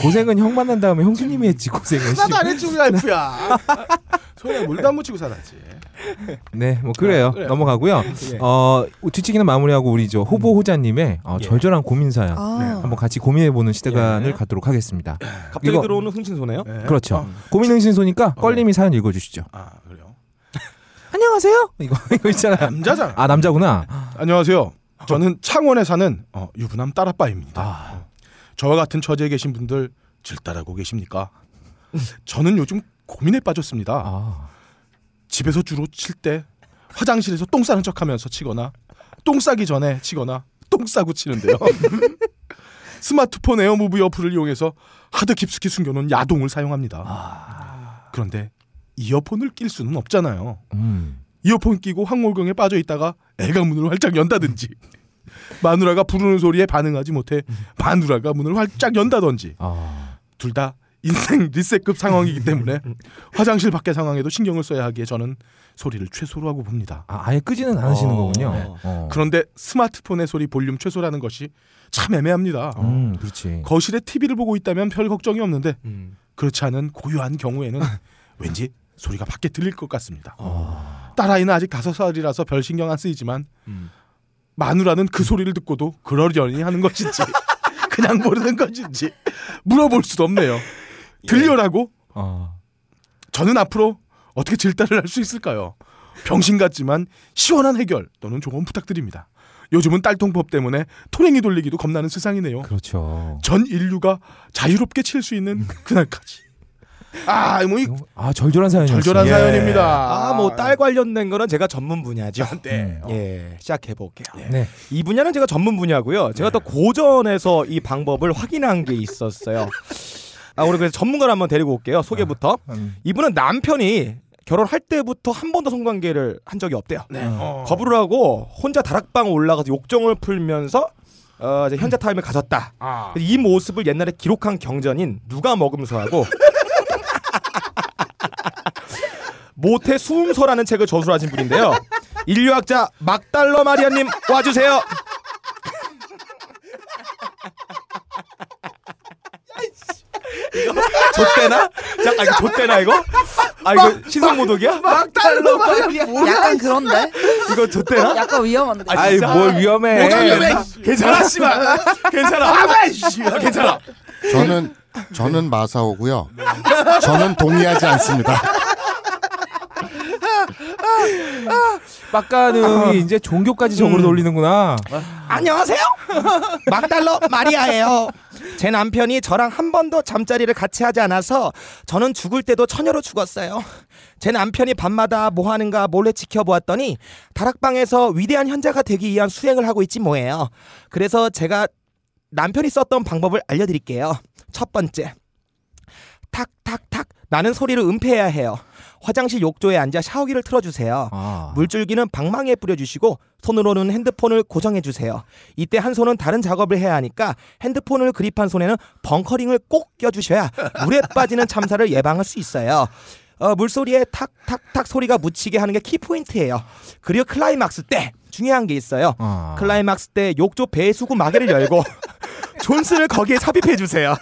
Speaker 2: 고생은 형 만난 다음에 형수님이 했지 고생은. 씨.
Speaker 10: 하나도 안 했지 우리 와이프야. 손에 물도 안 묻히고 살았지.
Speaker 2: 네, 뭐 그래요.
Speaker 6: 아,
Speaker 10: 그래요.
Speaker 2: 넘어가고요.
Speaker 6: 예.
Speaker 2: 어 뒤치기는 마무리하고 우리 저
Speaker 6: 음.
Speaker 2: 호보 호자님의 어, 절절한 고민 사연
Speaker 4: 아,
Speaker 2: 한번 같이 고민해보는 시간을
Speaker 6: 예. 음.
Speaker 2: 갖도록 하겠습니다.
Speaker 6: 갑자기
Speaker 2: 이거-
Speaker 6: 들어오는 흥신소네요.
Speaker 10: 네.
Speaker 2: 그렇죠. 고민
Speaker 6: 어.
Speaker 2: 응신소니까 껄림이 사연 읽어주시죠.
Speaker 10: 아 그래요.
Speaker 2: 안녕하세요. 이거 [LAUGHS] 이거 있잖아요.
Speaker 10: 남자잖아.
Speaker 2: 아 남자구나.
Speaker 5: 안녕하세요. 저는 창원에 사는 어, 유부남 딸아빠입니다. 어, 저와 같은 처지에 계신 분들 질따라고 계십니까? 저는 요즘 고민에 빠졌습니다.
Speaker 2: 아,
Speaker 5: 집에서 주로 칠 때 화장실에서 똥 싸는 척하면서 치거나 똥 싸기 전에 치거나 똥 싸고 치는데요. 스마트폰 에어무브 이어풀을 이용해서 하드 깊숙이 숨겨놓은 야동을 사용합니다. 그런데 이어폰을 낄 수는 없잖아요.
Speaker 2: 음.
Speaker 5: 이어폰 끼고 항몰경에 빠져 있다가 애가 문을 활짝 연다든지 [LAUGHS] 마누라가 부르는 소리에 반응하지 못해 마누라가 문을 활짝 연다든지
Speaker 2: 아,
Speaker 5: 둘 다 인생 리셋급 상황이기 때문에 화장실 밖의 상황에도 신경을 써야 하기에 저는 소리를 최소로 하고 봅니다.
Speaker 2: 아, 아예 끄지는 않으시는
Speaker 6: 어,
Speaker 2: 거군요.
Speaker 6: 네.
Speaker 2: 어.
Speaker 5: 그런데 스마트폰의 소리 볼륨 최소라는 것이 참 애매합니다.
Speaker 2: 음,
Speaker 5: 어.
Speaker 2: 그렇지.
Speaker 5: 거실에 TV를 보고 있다면 별 걱정이 없는데 그렇지 않은 고요한 경우에는 왠지 소리가 밖에 들릴 것 같습니다.
Speaker 2: 어.
Speaker 5: 딸아이는 아직 다섯 살이라서 별 신경 안 쓰이지만 마누라는 그 소리를 듣고도 그러려니 하는 것인지 [LAUGHS] 그냥 모르는 것인지 물어볼 수도 없네요.
Speaker 6: 예.
Speaker 5: 들려라고
Speaker 2: 어.
Speaker 5: 저는 앞으로 어떻게 질타를 할 수 있을까요? 병신 같지만 시원한 해결 또는 조언 부탁드립니다. 요즘은 딸통법 때문에 토랭이 돌리기도 겁나는 세상이네요.
Speaker 2: 그렇죠.
Speaker 5: 전 인류가 자유롭게 칠 수 있는 그날까지. 아, 뭐이
Speaker 2: 아 절절한 사연이었어요.
Speaker 5: 절절한
Speaker 6: 예.
Speaker 5: 사연입니다.
Speaker 6: 아, 뭐 딸 관련된 거는 제가 전문 분야죠.
Speaker 2: 네.
Speaker 6: 예, 시작해 볼게요.
Speaker 2: 네.
Speaker 6: 이 분야는 제가 전문 분야고요. 제가 또 고전에서 이 방법을 확인한 게 있었어요. 아, 우리 그래서 전문가를 한번 데리고 올게요. 소개부터.
Speaker 2: 음.
Speaker 6: 이분은 남편이 결혼할 때부터 한 번도 성관계를 한 적이 없대요.
Speaker 5: 어.
Speaker 6: 거부를 하고 혼자 다락방 올라가서 욕정을 풀면서 어, 이제 현자 타임을 가졌다.
Speaker 5: 아.
Speaker 6: 이 모습을 옛날에 기록한 경전인 누가 먹음서하고 [LAUGHS] 모태 수음서라는 책을 저술하신 분인데요. 인류학자 막달러 마리아님 와주세요. 이거 좆대나? 잠깐 이거 좆대나 이거? 아 이거 신성모독이야?
Speaker 10: 막달로 말이야.
Speaker 4: [LAUGHS] 약간 그런데?
Speaker 6: 이거 좆대나?
Speaker 4: 약간 위험한데?
Speaker 2: 네, 아이 뭘 위험해.
Speaker 6: 괜찮아 씨발 괜찮아 아, 괜찮아
Speaker 7: 저는 저는 마사오고요.
Speaker 2: 네.
Speaker 7: 저는 동의하지 않습니다.
Speaker 2: 빡가능이 이제 종교까지 적으로 돌리는구나.
Speaker 6: 안녕하세요 [LAUGHS] 막달러 마리아예요 제 남편이 저랑 한 번도 잠자리를 같이 하지 않아서 저는 죽을 때도 처녀로 죽었어요 제 남편이 밤마다 뭐 하는가 몰래 지켜보았더니 다락방에서 위대한 현자가 되기 위한 수행을 하고 있지 뭐예요 그래서 제가 남편이 썼던 방법을 알려드릴게요 첫 번째 탁탁탁 나는 소리를 은폐해야 해요 화장실 욕조에 앉아 샤워기를 틀어주세요
Speaker 2: 아.
Speaker 6: 물줄기는 방망이에 뿌려주시고 손으로는 핸드폰을 고정해주세요. 이때 한 손은 다른 작업을 해야 하니까 핸드폰을 그립한 손에는 벙커링을 꼭 껴주셔야 물에 빠지는 참사를 예방할 수 있어요. 어, 물소리에 탁탁탁 소리가 묻히게 하는 게 키포인트예요. 그리고 클라이막스 때 중요한 게 있어요.
Speaker 2: 아.
Speaker 6: 클라이막스 때 욕조 배수구 마개를 열고 존슨을 거기에 삽입해 주세요.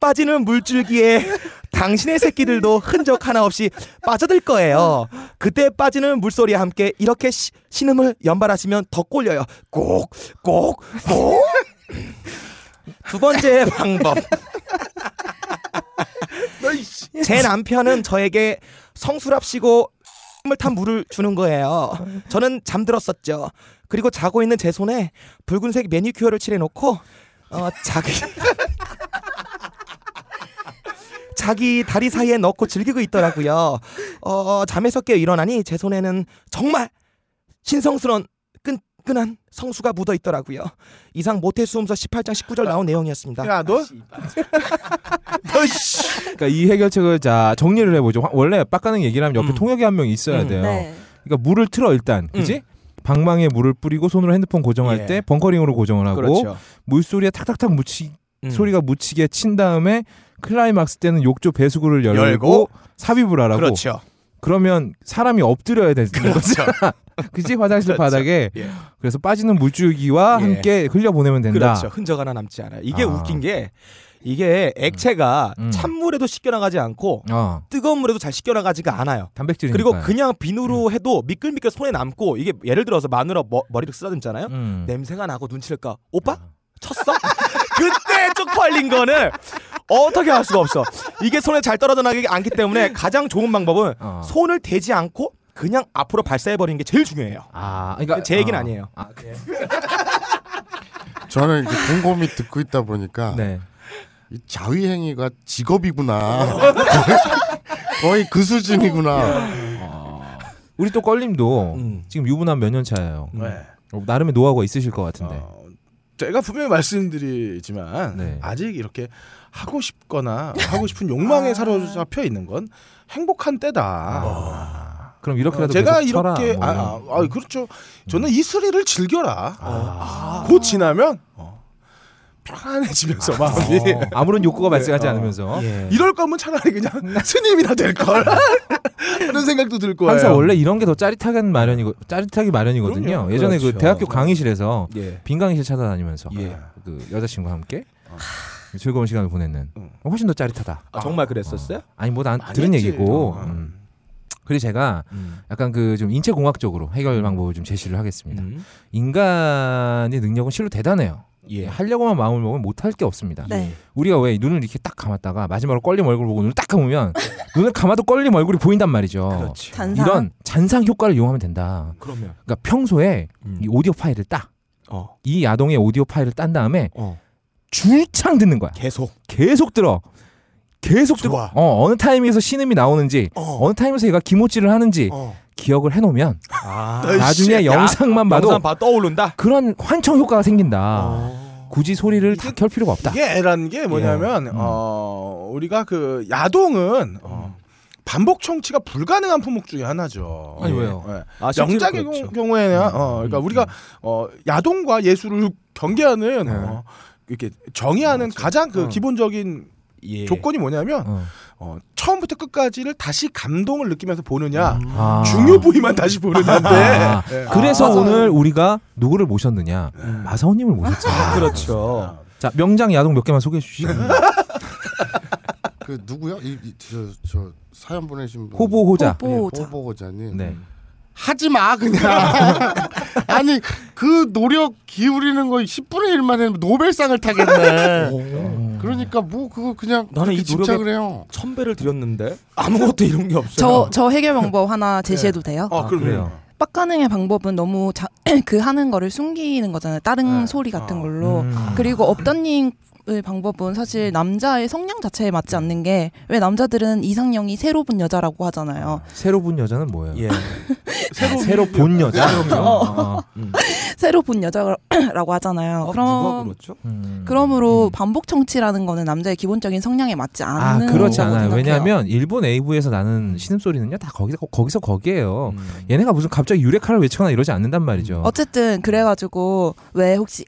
Speaker 6: 빠지는 물줄기에 당신의 새끼들도 흔적 하나 없이 빠져들 거예요. 그때 빠지는 물소리와 함께 이렇게 시, 신음을 연발하시면 더 꼴려요. 꼭, 꼭, 꼭. 두 번째 방법. 제 남편은 저에게 성수랍시고 을탄 물을 주는 거예요. 저는 잠들었었죠. 그리고 자고 있는 제 손에 붉은색 매니큐어를 칠해놓고 어, 자기 [LAUGHS] 자기 다리 사이에 넣고 즐기고 있더라고요. 어, 잠에서 깨어 일어나니 제 손에는 정말 신성스러운 끈끈한 성수가 묻어 있더라고요. 이상 모태수음서 18장 19절 나온 내용이었습니다.
Speaker 5: 야, 너
Speaker 2: 그러니까 이 해결책을 자 정리를 해보죠. 화- 원래 빡가는 얘기를 하면 옆에
Speaker 6: 음.
Speaker 2: 통역이 한 명 있어야
Speaker 6: 음.
Speaker 2: 돼요.
Speaker 4: 네.
Speaker 2: 그러니까 물을 틀어 일단, 그지? 방망이에 물을 뿌리고 손으로 핸드폰 고정할
Speaker 6: 예. 그렇죠.
Speaker 2: 때 벙커링으로 고정을 하고 물소리에 탁탁탁 묻히
Speaker 6: 음.
Speaker 2: 소리가 묻히게 친 다음에 클라이막스 때는 욕조 배수구를 열고,
Speaker 6: 열고.
Speaker 2: 삽입을 하라고.
Speaker 6: 그렇죠.
Speaker 2: 그러면 사람이 엎드려야 되는 거죠. [LAUGHS] 그지 화장실 바닥에
Speaker 6: 예.
Speaker 2: 그래서 빠지는 물줄기와
Speaker 6: 예.
Speaker 2: 함께 흘려 보내면 된다.
Speaker 6: 그렇죠. 흔적 하나 남지 않아요. 이게
Speaker 2: 아.
Speaker 6: 웃긴 게 이게 액체가
Speaker 2: 음.
Speaker 6: 찬물에도 씻겨나가지 않고
Speaker 2: 어
Speaker 6: 뜨거운 물에도 잘 씻겨나가지가 않아요.
Speaker 2: 단백질
Speaker 6: 그리고 그냥
Speaker 2: 음.
Speaker 6: 비누로 해도 미끌미끌 손에 남고 이게 예를 들어서 마누라 머, 머리를 쓰다듬잖아요.
Speaker 2: 음.
Speaker 6: 냄새가 나고 눈치를 까. 오빠
Speaker 2: 아.
Speaker 6: 쳤어? [LAUGHS] 그때 쪽팔린 거는 어떻게 할 수가 없어. 이게 손에 잘 떨어져 나기 않기 때문에 가장 좋은 방법은
Speaker 2: 어.
Speaker 6: 손을 대지 않고 그냥 앞으로 발사해 버리는 게 제일 중요해요.
Speaker 2: 아, 그러니까
Speaker 6: 제 얘기는
Speaker 2: 아.
Speaker 6: 아니에요.
Speaker 2: 아, 그-
Speaker 7: 저는 이렇게 곰곰이 듣고 있다 보니까
Speaker 2: 네.
Speaker 7: 이 자위행위가 직업이구나. [LAUGHS] 거의 그 수준이구나.
Speaker 2: 우리 또 껄림도
Speaker 6: 음.
Speaker 2: 지금 유부남 몇 년 차예요.
Speaker 5: 네.
Speaker 2: 어, 나름의 노하우가 있으실 것 같은데.
Speaker 5: 어, 제가 분명히 말씀드리지만
Speaker 2: 네.
Speaker 5: 아직 이렇게 하고 싶거나 하고 싶은 욕망에 사로잡혀 있는 건 행복한 때다.
Speaker 2: 아,
Speaker 5: 어,
Speaker 2: 그럼 이렇게라도
Speaker 5: 제가
Speaker 2: 계속 음. 쳐라,
Speaker 5: 이렇게
Speaker 2: 뭐
Speaker 5: 아,
Speaker 2: 이런.
Speaker 5: 아, 아, 그렇죠. 저는 이 스릴을 즐겨라.
Speaker 2: 아.
Speaker 5: 어. 곧 지나면 어, 편안해지면서
Speaker 6: [LAUGHS]
Speaker 5: 마음이
Speaker 6: 예.
Speaker 2: 어, 아무런
Speaker 5: 예,
Speaker 2: 욕구가 발생하지 않으면서
Speaker 5: 이럴 거면 차라리
Speaker 2: 음.
Speaker 5: 그냥 스님이나 될 걸. [LAUGHS] 하는 생각도 들 거예요.
Speaker 2: 항상 원래 이런 게 더 짜릿하긴 마련이고 짜릿하기 마련이거든요.
Speaker 5: 그럼요.
Speaker 2: 예전에 그
Speaker 5: 그렇죠.
Speaker 2: 대학교 강의실에서
Speaker 6: 예.
Speaker 2: 빈 강의실 찾아다니면서
Speaker 6: 예.
Speaker 2: 그 여자친구와 함께
Speaker 5: 어.
Speaker 2: 즐거운 시간을 보내는
Speaker 5: 응.
Speaker 2: 어, 훨씬 더 짜릿하다.
Speaker 6: 아, 정말 그랬었어요?
Speaker 2: 아니 뭐 난
Speaker 5: 음. 많이
Speaker 2: 들은
Speaker 5: 했지.
Speaker 2: 얘기고.
Speaker 5: 어.
Speaker 2: 음. 그리고 제가
Speaker 6: 음.
Speaker 2: 약간 그 좀 인체공학적으로 해결
Speaker 5: 음.
Speaker 2: 방법을 좀 제시를 하겠습니다.
Speaker 6: 음.
Speaker 2: 인간의 능력은 실로 대단해요.
Speaker 6: 예.
Speaker 2: 하려고만 마음을 먹으면 못할 게 없습니다.
Speaker 4: 네.
Speaker 2: 우리가 왜 눈을 이렇게 딱 감았다가 마지막으로 껄림 얼굴 보고 눈을 딱
Speaker 6: [LAUGHS]
Speaker 2: 감으면 눈을 감아도 껄림 얼굴이 보인단 말이죠.
Speaker 6: 그렇지.
Speaker 4: 잔상.
Speaker 2: 이런 잔상 효과를 이용하면 된다.
Speaker 6: 그러면
Speaker 2: 그러니까 평소에
Speaker 6: 음.
Speaker 2: 이 오디오 파일을 따.
Speaker 6: 어.
Speaker 2: 이 야동의 오디오 파일을 딴 다음에
Speaker 6: 어.
Speaker 2: 줄창 듣는 거야.
Speaker 6: 계속
Speaker 2: 계속 들어. 계속 듣고
Speaker 6: 좋아.
Speaker 2: 어, 어느 타임에서 신음이 나오는지
Speaker 6: 어.
Speaker 2: 어느 타임에서 얘가 기모찌를 하는지
Speaker 6: 어.
Speaker 2: 기억을 해놓으면
Speaker 6: [LAUGHS] 아.
Speaker 2: 나중에 영상만 봐도 아.
Speaker 6: 영상 봐 떠오른다.
Speaker 2: 그런 환청 효과가 생긴다.
Speaker 6: 어.
Speaker 2: 굳이 소리를 다 켤 필요가 없다.
Speaker 5: 이게 애란 게 뭐냐면
Speaker 2: 예. 음.
Speaker 5: 어, 우리가 그 야동은 어, 반복 청취가 불가능한 품목 중에 하나죠.
Speaker 2: 아니, 왜요?
Speaker 5: 예.
Speaker 6: 아, 실제로
Speaker 5: 영작의
Speaker 6: 그렇죠.
Speaker 5: 경우- 경우에는 어, 그러니까 우리가 어, 야동과 예술을 경계하는 어, 이렇게 정의하는 가장 그 기본적인
Speaker 6: 예.
Speaker 5: 조건이 뭐냐면
Speaker 2: 어.
Speaker 5: 어, 처음부터 끝까지를 다시 감동을 느끼면서 보느냐
Speaker 2: 아.
Speaker 5: 중요 부위만 다시 보느냐인데
Speaker 2: 아,
Speaker 5: 예.
Speaker 2: 그래서
Speaker 4: 네. 맞아요. 네. 아.
Speaker 2: 오늘 우리가 누구를 모셨느냐? 마사오님을 모셨죠.
Speaker 6: 그렇죠.
Speaker 2: 자 명장 야동 몇 개만 소개해 주시죠.
Speaker 4: 네.
Speaker 7: 그 누구요? 이, 이, 저, 저 사연 보내신 분. 예,
Speaker 2: 호보 호자.
Speaker 4: 보자.
Speaker 7: 호보고자님.
Speaker 2: 네.
Speaker 7: 하지 마 그냥. [LAUGHS] 아니 그 노력 기울이는 거 10분의 1만 해면 노벨상을
Speaker 2: 어.
Speaker 7: 타겠네. 그러니까 뭐 그거 그냥
Speaker 6: 나는 이
Speaker 7: 그렇게 집착을 해요.
Speaker 6: 천배를 드렸는데 아무것도 이런 게 없어요.
Speaker 4: 저, 저 해결 방법 하나
Speaker 2: 네.
Speaker 4: 제시해도 돼요?
Speaker 5: 어, 그럼요.
Speaker 2: 그래요.
Speaker 4: 빡가능의 방법은 너무 자, [CLEARS THROAT] 그 하는 거를 숨기는 거잖아요. 다른 소리 같은 걸로.
Speaker 2: 네. 음.
Speaker 4: 그리고 업다님의 방법은 사실 남자의 성향 자체에 맞지 않는 게 왜 남자들은 이상형이 새로 본 여자라고 하잖아요.
Speaker 2: 새로 본 여자는 뭐예요?
Speaker 4: 아,
Speaker 6: 예.
Speaker 2: 새로, 본 여자. 어.
Speaker 4: 새로 본 여자라고 하잖아요. 그럼
Speaker 6: 그렇죠?
Speaker 2: 음.
Speaker 4: 그러므로 반복 청취라는 거는 남자의 기본적인 성향에 맞지
Speaker 2: 아
Speaker 4: 않는
Speaker 2: 그렇지
Speaker 4: 거라고
Speaker 2: 않아요.
Speaker 4: 생각해요.
Speaker 2: 왜냐하면 일본 AV에서 나는 신음 소리는요 다 거기서 거기서 거기에요.
Speaker 6: 예.
Speaker 2: 얘네가 무슨 갑자기 유레카를 외치거나 이러지 않는단 말이죠.
Speaker 4: 음. 어쨌든 그래가지고 왜 혹시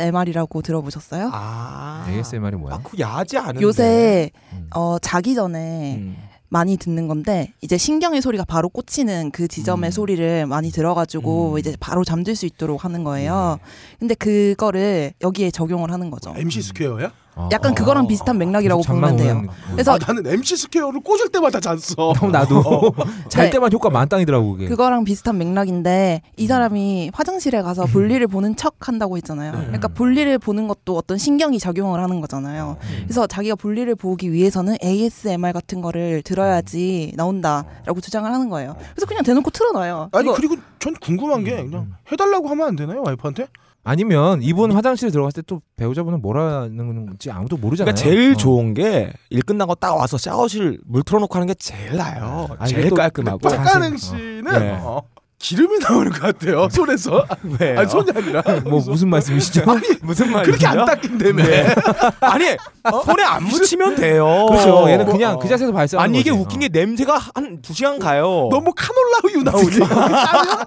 Speaker 4: ASMR이라고 들어보셨어요?
Speaker 6: 아.
Speaker 2: ASMR이 뭐야?
Speaker 6: 아, 그 야하지 않은데.
Speaker 4: 요새
Speaker 2: 음.
Speaker 4: 어, 자기 전에
Speaker 6: 음.
Speaker 4: 많이 듣는 건데 이제 신경의 소리가 바로 꽂히는 그 지점의 소리를 많이 들어가지고
Speaker 6: 음.
Speaker 4: 이제 바로 잠들 수 있도록 하는 거예요. 근데 그거를 여기에 적용을 하는 거죠.
Speaker 5: MC 스퀘어야?
Speaker 2: 어.
Speaker 4: 약간
Speaker 2: 어.
Speaker 4: 그거랑 비슷한 맥락이라고
Speaker 2: 잠만
Speaker 4: 보면 돼요.
Speaker 2: 오는 거.
Speaker 4: 그래서
Speaker 5: 아, 나는 MC 스퀘어를 꽂을 때마다 잤어.
Speaker 2: 그럼 나도 [LAUGHS] 잘
Speaker 4: 네.
Speaker 2: 때만 효과 만땅이더라고 그게.
Speaker 4: 그거랑 비슷한 맥락인데 이 사람이 화장실에 가서 볼일을 보는 척 한다고 했잖아요. 그러니까 볼일을 보는 것도 어떤 신경이 작용을 하는 거잖아요. 그래서 자기가 볼일을 보기 위해서는 ASMR 같은 거를 들어야지 나온다라고 주장을 하는 거예요. 그래서 그냥 대놓고 틀어놔요.
Speaker 5: 아니
Speaker 4: 이거-
Speaker 5: 그리고 전 궁금한
Speaker 2: 음,
Speaker 5: 게 그냥 해달라고 하면 안 되나요 와이프한테?
Speaker 2: 네. 아니면
Speaker 6: 음.
Speaker 2: 이분 화장실에 들어갔을 때 또 배우자분은 뭐라는 건지 아무도 모르잖아요.
Speaker 6: 그러니까 제일
Speaker 2: 어.
Speaker 6: 좋은 게 일 끝나고 딱 와서 샤워실 물 틀어놓고 하는 게 제일 나요.
Speaker 2: 아니,
Speaker 6: 제일
Speaker 2: 또-
Speaker 6: 깔끔하고.
Speaker 2: 자세-
Speaker 5: 빡가능 씨는
Speaker 6: 어. 네.
Speaker 5: 어, 기름이 나오는 것
Speaker 2: 음.
Speaker 5: 같아요 손에서.
Speaker 6: [LAUGHS]
Speaker 2: 네.
Speaker 6: 왜요?
Speaker 5: 아니 손이 아니라
Speaker 2: 뭐 무슨
Speaker 5: [LAUGHS]
Speaker 2: 말씀이시죠?
Speaker 6: 무슨 말이야?
Speaker 5: 그렇게 안 닦인다며.
Speaker 6: 아니 손에 안 묻히면
Speaker 5: 어.
Speaker 6: 돼요. 어.
Speaker 2: 그렇죠. 얘는 그냥 그 자세에서 발사하는
Speaker 6: 아니 이게
Speaker 2: 거지. 어.
Speaker 6: 웃긴 게 냄새가 한 두 시간 가요.
Speaker 5: 너무 카놀라우유
Speaker 2: 어.
Speaker 5: 나오니?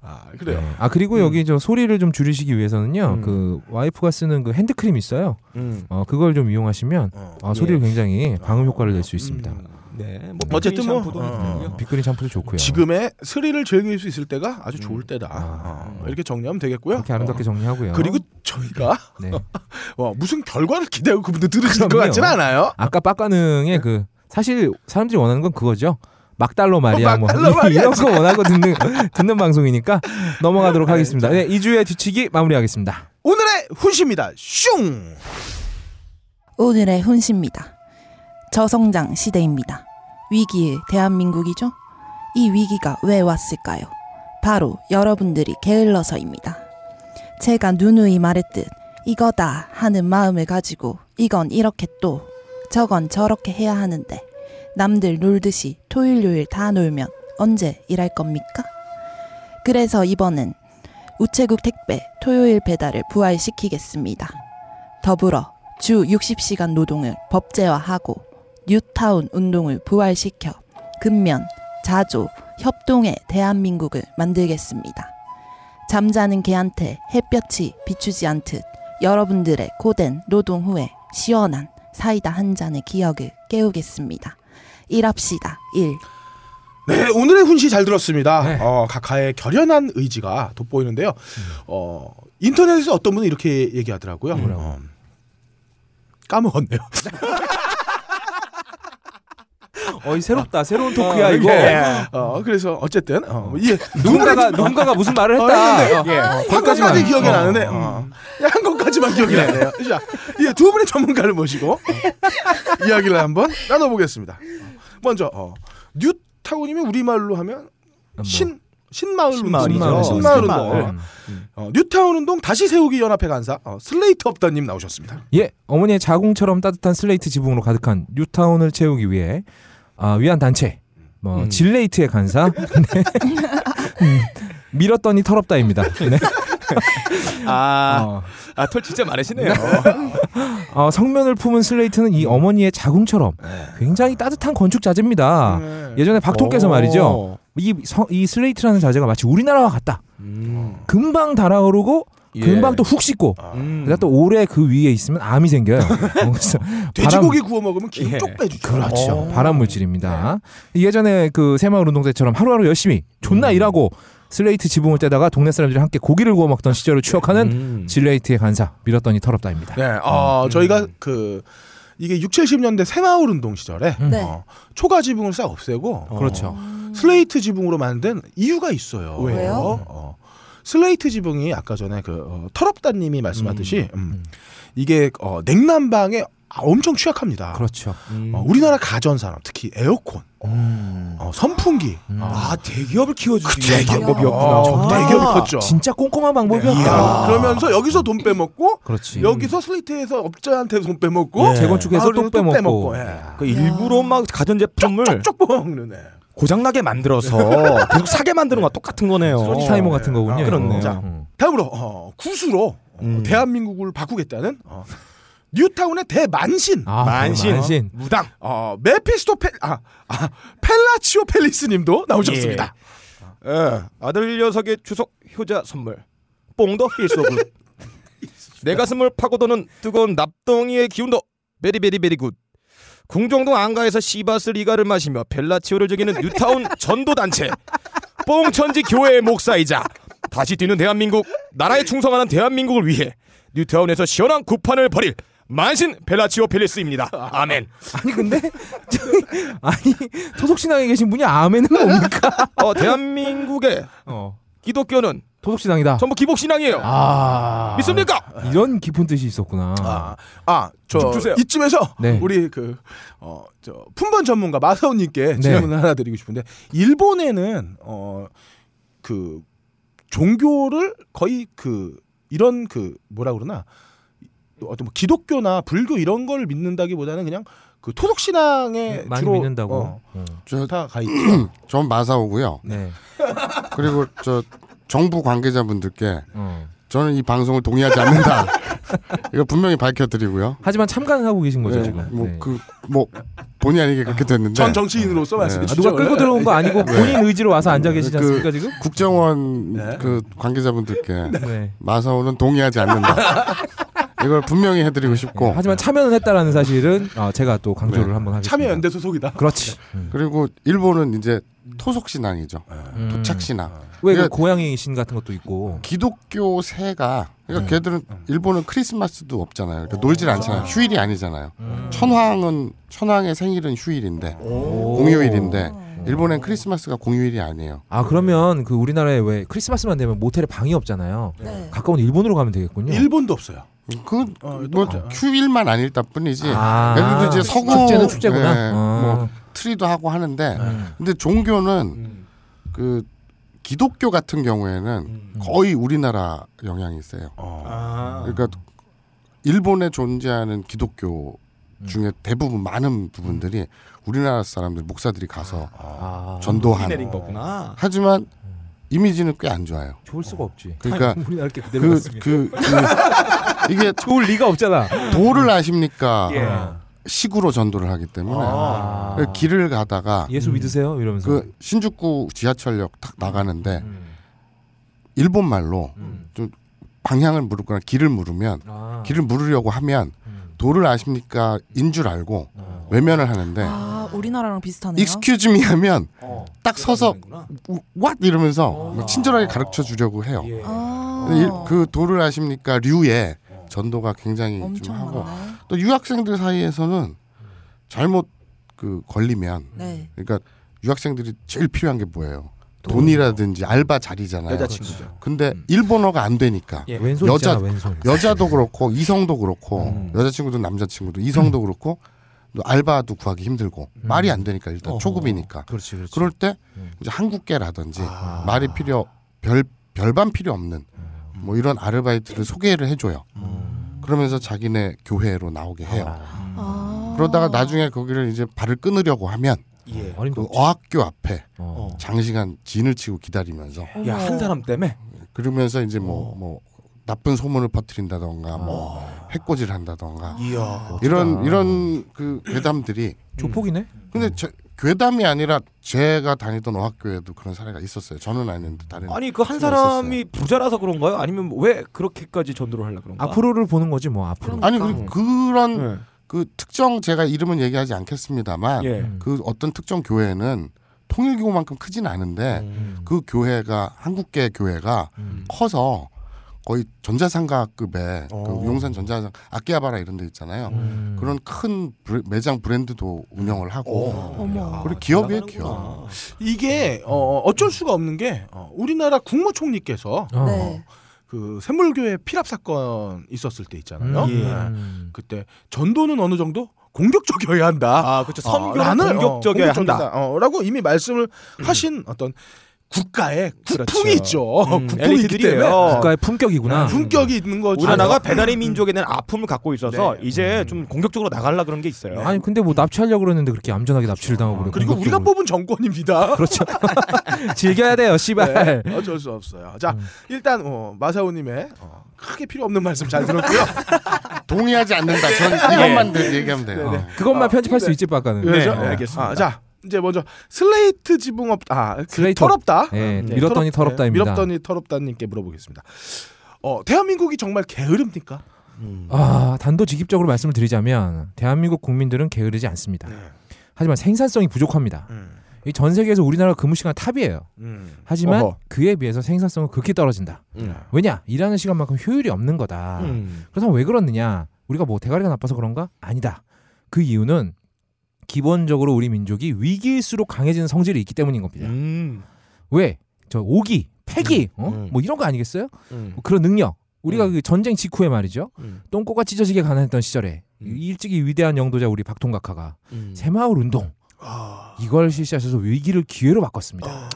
Speaker 5: 아 그래요.
Speaker 2: 어. 아 그리고 여기 저 소리를 좀 줄이시기 위해서는요.
Speaker 6: 네. 음.
Speaker 2: 그 와이프가 쓰는 그 핸드크림 있어요.
Speaker 6: 음.
Speaker 2: 어 그걸 좀 이용하시면
Speaker 5: 어.
Speaker 6: 예.
Speaker 2: 아, 소리를 굉장히 방음 효과를 낼 수 있습니다.
Speaker 5: 음.
Speaker 6: 네. 뭐
Speaker 5: 어쨌든
Speaker 6: 비그린
Speaker 5: 뭐,
Speaker 6: 샴푸도
Speaker 5: 어.
Speaker 6: 있고요.
Speaker 2: 빅그린 샴푸도 좋고요.
Speaker 5: 지금의 스릴을 즐길 수 있을 때가 아주 좋을 때다.
Speaker 2: 네. 음. 아.
Speaker 5: 어, 이렇게 정리하면 되겠고요.
Speaker 2: 그렇게 아름답게 정리하고요.
Speaker 5: 어, 그리고 저희가
Speaker 2: 네.
Speaker 5: 와, 무슨 결과를 기대하고 그분들 들으시는 것
Speaker 2: 그럼요.
Speaker 5: 같지는 않아요.
Speaker 2: 아까 빡가능의 그 사실 사람들이 원하는 건 그거죠. 막달로 말이야 뭐
Speaker 5: 막달로 말이야.
Speaker 2: [LAUGHS] 이런 거 원하고 듣는 듣는 방송이니까 넘어가도록 하겠습니다. 네, 2주의 뒤치기 마무리하겠습니다.
Speaker 5: 오늘의 훈시입니다. 슝!
Speaker 4: 오늘의 훈시입니다. 저성장 시대입니다. 위기의 대한민국이죠? 이 위기가 왜 왔을까요? 바로 여러분들이 게을러서입니다. 제가 누누이 말했듯 이거다 하는 마음을 가지고 이건 이렇게 또 저건 저렇게 해야 하는데 남들 놀듯이 토일 요일 다 놀면 언제 일할 겁니까? 그래서 이번엔 우체국 택배 토요일 배달을 부활시키겠습니다. 더불어 주 60시간 노동을 법제화하고 뉴타운 운동을 부활시켜 근면, 자조, 협동의 대한민국을 만들겠습니다. 잠자는 개한테 햇볕이 비추지 않듯 여러분들의 고된 노동 후에 시원한 사이다 한 잔의 기억을 깨우겠습니다. 일합시다. 일.
Speaker 5: 네, 오늘의 훈시 잘 들었습니다.
Speaker 2: 네.
Speaker 5: 어, 각하의 결연한 의지가 돋보이는데요. 어, 인터넷에서 어떤 분은 이렇게 얘기하더라고요. 어, 까먹었네요.
Speaker 2: 어이 새롭다 새로운 토크야 이거.
Speaker 5: 어, 그래서 어쨌든 어, 뭐 이해
Speaker 2: 예. 누군가가 누군가가 무슨 말을 했다.
Speaker 6: 예.
Speaker 5: 했는데,
Speaker 2: 어,
Speaker 5: 한
Speaker 2: 거기까지만.
Speaker 5: 것까지 기억이
Speaker 2: 어.
Speaker 5: 나는데 어. 야, 한 것까지만 기억이 나네요. 자, 예, 두 분의 전문가를 모시고 어, 이야기를 한번 나눠보겠습니다. 어, 먼저 어, 뉴타운이면 우리말로 하면
Speaker 2: 뭐,
Speaker 5: 신 신마을
Speaker 2: 신마을
Speaker 5: 운동이죠.
Speaker 2: 운동.
Speaker 5: 신마을
Speaker 2: 신마을.
Speaker 5: 운동. 어, 뉴타운 운동 다시 세우기 연합회 간사 어, 슬레이트 업다님 나오셨습니다.
Speaker 2: 예, 어머니의 자궁처럼 따뜻한 슬레이트 지붕으로 가득한 뉴타운을 채우기 위해 아, 위안 단체 뭐
Speaker 6: 음.
Speaker 2: 질레이트의 간사 [LAUGHS] 네. 음, 밀었더니 털었다입니다. 네.
Speaker 6: 아,
Speaker 2: 어.
Speaker 6: 아, 털 진짜 많으시네요.
Speaker 2: 어, 성면을 품은 슬레이트는 이 어머니의 자궁처럼
Speaker 5: 네.
Speaker 2: 굉장히 따뜻한 건축 자재입니다. 예전에 박통께서 말이죠. 이, 성- 이 슬레이트라는 자재가 마치 우리나라와 같다.
Speaker 6: 음. 예.
Speaker 2: 금방 달아오르고
Speaker 5: 예.
Speaker 2: 금방 또 훅 씻고
Speaker 5: 아,
Speaker 6: 음.
Speaker 2: 그러니까 또 오래 그 위에 있으면
Speaker 5: [LAUGHS]
Speaker 2: 암이 생겨요. 어, 그래서 바람-
Speaker 5: 돼지고기 어. 구워 먹으면 기름
Speaker 6: 예.
Speaker 5: 쭉 빼주죠.
Speaker 2: 그렇죠. 발암 물질입니다. 예전에 그 새마을 운동 때처럼 하루하루 열심히
Speaker 5: 음.
Speaker 2: 존나 일하고 슬레이트 지붕을 떼다가 동네 사람들이 함께 고기를 구워 먹던 시절을 추억하는
Speaker 6: 음.
Speaker 2: 질레이트의 간사 밀었더니 털었다입니다.
Speaker 5: 네, 어, 저희가 그 이게 6, 70년대 새마을 운동 시절에
Speaker 2: 음.
Speaker 4: 네.
Speaker 5: 어, 초가 지붕을 싹 없애고 어,
Speaker 2: 그렇죠.
Speaker 5: 슬레이트 지붕으로 만든 이유가 있어요.
Speaker 4: 왜요? 왜요?
Speaker 5: 어, 슬레이트 지붕이 아까 전에 그 어, 털업다님이 말씀하듯이 음, 이게 어, 냉난방에 아, 엄청 취약합니다.
Speaker 2: 그렇죠.
Speaker 6: 음.
Speaker 5: 어, 우리나라 가전 산업 특히 에어컨, 어, 선풍기
Speaker 6: 아, 대기업을
Speaker 5: 그
Speaker 6: 키워주기
Speaker 5: 대기업.
Speaker 6: 방법이었구나.
Speaker 5: 어, 대기업이 컸죠.
Speaker 2: 아, 진짜 꼼꼼한 방법이었다.
Speaker 5: 네. 이야, 그러면서 여기서 돈 빼먹고
Speaker 2: 그렇지.
Speaker 5: 여기서 슬레이트에서 업자한테 돈 빼먹고
Speaker 2: 음.
Speaker 5: 아,
Speaker 2: 예. 재건축해서 또 빼먹고.
Speaker 5: 예.
Speaker 6: 그
Speaker 2: 아.
Speaker 6: 일부러 막 가전제품을
Speaker 5: 쪽쪽 뽑아먹는 예. 애.
Speaker 2: [LAUGHS]
Speaker 6: 고장나게 만들어서 계속 사게 만드는 거와 똑같은 거네요.
Speaker 2: 소니 타이머 같은 거군요.
Speaker 6: 아, 그렇네요.
Speaker 2: 이거.
Speaker 5: 자,
Speaker 2: 음.
Speaker 5: 다음으로 어, 구수로 어,
Speaker 6: 음.
Speaker 5: 대한민국을 바꾸겠다는 어, 뉴타운의 대만신
Speaker 2: 아,
Speaker 6: 만신.
Speaker 2: 만신.
Speaker 6: 무당.
Speaker 5: 어, 메피스토 펠, 아, 아, 펠라치오 펠리스님도 나오셨습니다.
Speaker 6: 예. 아들 녀석의 주석 효자 선물. 뽕더 필소굿. 내 가슴을 파고드는 뜨거운 납덩이의 기운도 베리베리베리 굿. 궁정동 안가에서 시바슬 이가를 마시며 벨라치오를 즐기는 뉴타운 전도단체. 뽕천지 교회의 목사이자 다시 뛰는 대한민국 나라에 충성하는 대한민국을 위해 뉴타운에서 시원한 구판을 벌일 만신 벨라치오 펠리스입니다. 아멘.
Speaker 2: 아니 근데 저기 아니 토속신앙에 계신 분이 아멘은 뭡니까?
Speaker 6: 어, 대한민국의
Speaker 2: 어.
Speaker 6: 기독교는
Speaker 2: 토속신앙이다.
Speaker 6: 전부 기복신앙이에요.
Speaker 2: 아
Speaker 6: 믿습니까?
Speaker 2: 이런 깊은 뜻이 있었구나.
Speaker 5: 아, 아, 저
Speaker 6: 좀 주세요.
Speaker 5: 이쯤에서
Speaker 2: 네.
Speaker 5: 우리 그 어, 저 품번 전문가 마사오님께
Speaker 2: 네.
Speaker 5: 질문을 하나 드리고 싶은데 일본에는 어, 그 종교를 거의 그 이런 그 뭐라 그러나 어떤 뭐 기독교나 불교 이런 걸 믿는다기보다는 그냥 그 토속 신앙에
Speaker 2: 네, 많이
Speaker 5: 네, 주로
Speaker 2: 믿는다고.
Speaker 5: 어,
Speaker 2: 음.
Speaker 7: 저,
Speaker 5: 다가 있죠.
Speaker 7: 전 마사오고요.
Speaker 2: 네.
Speaker 7: 그리고 저 정부 관계자분들께
Speaker 2: 어.
Speaker 7: 저는 이 방송을 동의하지 않는다.
Speaker 2: [LAUGHS]
Speaker 7: 이거 분명히 밝혀드리고요.
Speaker 2: 하지만 참관하고 계신 거죠 지금.
Speaker 7: 뭐
Speaker 2: 네.
Speaker 7: 그 뭐 본의 아니게 그렇게 됐는데
Speaker 5: 전 정치인으로서 말씀해
Speaker 2: 아,
Speaker 5: 주시죠.
Speaker 2: 누가 끌고 들어온 거 아니고 본인 의지로 와서 앉아 계시지
Speaker 7: 그-
Speaker 2: 않습니까 지금?
Speaker 7: 국정원
Speaker 5: 네.
Speaker 7: 그 관계자분들께
Speaker 2: 네. [LAUGHS]
Speaker 7: 마사오는 동의하지 않는다. 이걸 분명히 해드리고 싶고
Speaker 2: 하지만 참여는 했다라는 사실은 아, 제가 또 강조를
Speaker 7: 어. 네.
Speaker 2: 한번 하겠습니다.
Speaker 5: 참여 연대 소속이다.
Speaker 2: 그렇지.
Speaker 7: 그리고 일본은 이제 토속 신앙이죠.
Speaker 2: 음.
Speaker 7: 도착 신앙.
Speaker 2: 왜그
Speaker 7: 그러니까-
Speaker 2: 고양이 신 같은 것도 있고.
Speaker 7: 기독교 새가 그러니까
Speaker 2: 네.
Speaker 7: 걔들은
Speaker 2: 음.
Speaker 7: 일본은 크리스마스도 없잖아요. 그러니까 놀질 않잖아요. 휴일이 아니잖아요.
Speaker 2: 음.
Speaker 7: 천황은 천황의 생일은 휴일인데 공휴일인데
Speaker 2: 음.
Speaker 7: 일본엔 크리스마스가 공휴일이 아니에요.
Speaker 2: 아 그러면 그 우리나라에 왜 크리스마스만 되면 모텔에 방이 없잖아요.
Speaker 4: 네.
Speaker 2: 가까운 일본으로 가면 되겠군요.
Speaker 5: 일본도 없어요.
Speaker 7: 그뭐
Speaker 5: 어,
Speaker 7: 휴일만 아닐 뿐이지.
Speaker 2: 아.
Speaker 7: 얘들도 이제 서구 뭐,
Speaker 2: 축제는 축제구나.
Speaker 7: 예,
Speaker 2: 어.
Speaker 7: 뭐 트리도 하고 하는데
Speaker 2: 네.
Speaker 7: 근데 종교는 그 기독교 같은
Speaker 2: 음.
Speaker 7: 경우에는 거의 우리나라 영향이 세요.
Speaker 3: 아.
Speaker 7: 그러니까 일본에 존재하는 기독교
Speaker 2: 음.
Speaker 7: 중에 대부분 많은 부분들이 우리나라 사람들 목사들이 가서
Speaker 2: 아, 음.
Speaker 7: 전도하는.
Speaker 6: 내린 거구나.
Speaker 7: 하지만 이미지는 꽤 안 좋아요.
Speaker 2: 좋을 수가 없지.
Speaker 7: 그러니까
Speaker 2: 우리나라 게 그대로
Speaker 7: 그,
Speaker 2: 갔습니다.
Speaker 7: 그, 그 이게
Speaker 2: 좋을 리가 없잖아. 어.
Speaker 7: 도를 아십니까?
Speaker 3: 예.
Speaker 7: 식으로 전도를 하기 때문에
Speaker 2: 아.
Speaker 7: 그러니까 길을 가다가
Speaker 2: 예수 믿으세요 이러면서.
Speaker 7: 그 신주쿠 지하철역 딱 나가는데
Speaker 2: 음.
Speaker 7: 일본 말로
Speaker 2: 음.
Speaker 7: 방향을 물거나 길을 물으면
Speaker 2: 아.
Speaker 7: 길을 물으려고 하면
Speaker 2: 음.
Speaker 7: 도를 아십니까? 인 줄 알고
Speaker 2: 아.
Speaker 7: 외면을 하는데
Speaker 4: 아 우리나라랑 비슷하네요.
Speaker 7: excuse me 하면
Speaker 3: 어.
Speaker 7: 딱 서서 우- what 이러면서 뭐 친절하게 가르쳐 주려고 해요.
Speaker 4: 아,
Speaker 7: 근데 이- 그 도를 아십니까 류의 전도가 굉장히 좀
Speaker 4: 엄청
Speaker 7: 하고
Speaker 4: 많네.
Speaker 7: 또 유학생들 사이에서는 잘못 그 걸리면
Speaker 4: 네.
Speaker 7: 그러니까 유학생들이 제일 필요한 게 뭐예요? 그렇죠. 돈이라든지 알바 자리잖아요.
Speaker 6: 여자친구죠.
Speaker 7: 근데 일본어가 안 되니까
Speaker 6: 예.
Speaker 2: 왼손
Speaker 7: 여자-
Speaker 2: 있잖아 왼손.
Speaker 7: 여자도 그렇고 이성도 그렇고 여자친구도 남자친구도 이성도 그렇고 또 알바도 구하기 힘들고 말이 안 되니까 일단 초급이니까
Speaker 2: 그렇지 그렇지.
Speaker 7: 그럴 때 이제 한국계라든지 말이 필요 별 별반 필요 없는 뭐 이런 아르바이트를 소개를 해줘요. 그러면서 자기네 교회로 나오게 해요.
Speaker 4: 아.
Speaker 7: 음. 그러다가 나중에 거기를 이제 발을 끊으려고 하면
Speaker 6: 예.
Speaker 2: 어린
Speaker 7: 그
Speaker 2: 거.
Speaker 7: 어학교 앞에
Speaker 2: 어.
Speaker 7: 장시간 진을 치고 기다리면서
Speaker 4: 어머.
Speaker 6: 야 한 사람 때문에
Speaker 7: 그러면서 이제 뭐 뭐 나쁜 소문을 퍼뜨린다던가 뭐 해코지를 한다던가
Speaker 5: 이야.
Speaker 7: 이런 이런 그 괴담들이
Speaker 2: 조폭이네.
Speaker 7: 근데 저, 괴담이 아니라 제가 다니던 어학교에도 그런 사례가 있었어요. 저는 아닌데 다른
Speaker 6: 아니 그 한
Speaker 7: 수가
Speaker 6: 사람이 부자라서 그런가요? 아니면 왜 그렇게까지 전도를 하려 그런가?
Speaker 2: 앞으로를 보는 거지 뭐 앞으로.
Speaker 7: 아니 그리고 그런
Speaker 6: 예.
Speaker 7: 그 특정 제가 이름은 얘기하지 않겠습니다만
Speaker 6: 예.
Speaker 2: 음.
Speaker 7: 그 어떤 특정 교회는 통일교만큼 크진 않은데 그 교회가 한국계 교회가 커서 거의 전자상가급의 그 용산 전자상 아키아바라 이런 데 있잖아요.
Speaker 2: 음.
Speaker 5: 음.
Speaker 7: 그런 큰 브레- 매장 브랜드도 운영을 하고
Speaker 4: 어머.
Speaker 7: 그리고 기업이에요 기업.
Speaker 5: 이게 어, 어쩔 수가 없는 게 어, 우리나라 국무총리께서
Speaker 7: 아.
Speaker 2: 어.
Speaker 4: 네.
Speaker 5: 그 샘물교회 피랍 사건 있었을 때 있잖아요.
Speaker 6: 예.
Speaker 2: 음.
Speaker 5: 네. 그때 전도는 어느 정도 공격적이어야 한다.
Speaker 6: 아 그렇죠.
Speaker 5: 라는,
Speaker 6: 선교는
Speaker 5: 어,
Speaker 6: 공격적이어야 한다. 음.
Speaker 5: 공격적이다. 어, 라고 이미 말씀을 하신 어떤 국가의 국풍이 있죠.
Speaker 6: 그렇죠.
Speaker 5: [LAUGHS]
Speaker 6: 음,
Speaker 5: 국풍이 있기
Speaker 6: 엘리트들이에요.
Speaker 5: 때문에 어,
Speaker 2: 국가의 품격이구나.
Speaker 5: 품격이 있는 거죠. 네.
Speaker 6: 우리나라가 배달의 민족에 대한 아픔을 갖고 있어서 이제 좀 공격적으로 나가려 그런 게 있어요.
Speaker 2: 아니 근데 뭐 납치하려고 그랬는데 그렇게 얌전하게 납치를 당하고 그래.
Speaker 5: 아, 그리고 우리가
Speaker 6: 뭐.
Speaker 5: 뽑은 정권입니다.
Speaker 2: 그렇죠. 즐겨야 돼요,
Speaker 6: [LAUGHS]
Speaker 2: 씨발.
Speaker 5: 네, 어쩔 수 없어요.
Speaker 6: 음.
Speaker 5: 자, 일단 어, 마사오님의 어, 크게 필요 없는 말씀 잘 들었고요.
Speaker 7: 동의하지 않는다. 전
Speaker 5: 네.
Speaker 7: 이것만 늘 얘기하면 돼요.
Speaker 2: 어.
Speaker 7: 어.
Speaker 2: 그것만
Speaker 5: 아,
Speaker 2: 편집할 수 있지 빠까는.
Speaker 5: 그래서,
Speaker 6: 네,
Speaker 5: 예.
Speaker 6: 알겠습니다.
Speaker 5: 아, 자, 이제 먼저 슬레이트 지붕 없, 아, 그
Speaker 2: 슬레이트 없-
Speaker 5: 털없다. 네,
Speaker 2: 예,
Speaker 5: 털없- 네,
Speaker 2: 밀었더니 더럽다입니다.
Speaker 5: 밀었더니 털없다님께 물어보겠습니다. 어, 대한민국이 정말 게으릅니까?
Speaker 2: 아, 단도직입적으로 말씀을 드리자면 대한민국 국민들은 게으르지 않습니다.
Speaker 5: 네.
Speaker 2: 하지만 생산성이 부족합니다.
Speaker 5: 음.
Speaker 2: 이 전 세계에서 우리나라 근무시간 탑이에요.
Speaker 5: 음.
Speaker 2: 하지만
Speaker 5: 어허. 음.
Speaker 2: 그에 비해서 생산성은 극히 떨어진다. 왜냐? 일하는 시간만큼 효율이 없는
Speaker 6: 아,
Speaker 2: 거다.
Speaker 6: 음.
Speaker 2: 그렇다면 왜 그렇느냐? 우리가 뭐 대가리가 나빠서 그런가? 아니다. 그 이유는 기본적으로 우리 민족이 위기일수록 강해지는 성질이 있기 때문인 겁니다.
Speaker 6: 음.
Speaker 2: 왜? 저 오기, 패기, 어? 뭐 이런 거 아니겠어요? 뭐 그런 능력. 우리가 그 전쟁 직후에 말이죠.
Speaker 6: 음.
Speaker 2: 똥꼬가 찢어지게 가난했던 시절에
Speaker 6: 음.
Speaker 2: 일찍이 위대한 영도자 우리 박통각하가 새마을 운동 이걸 실시하셔서 위기를 기회로 바꿨습니다.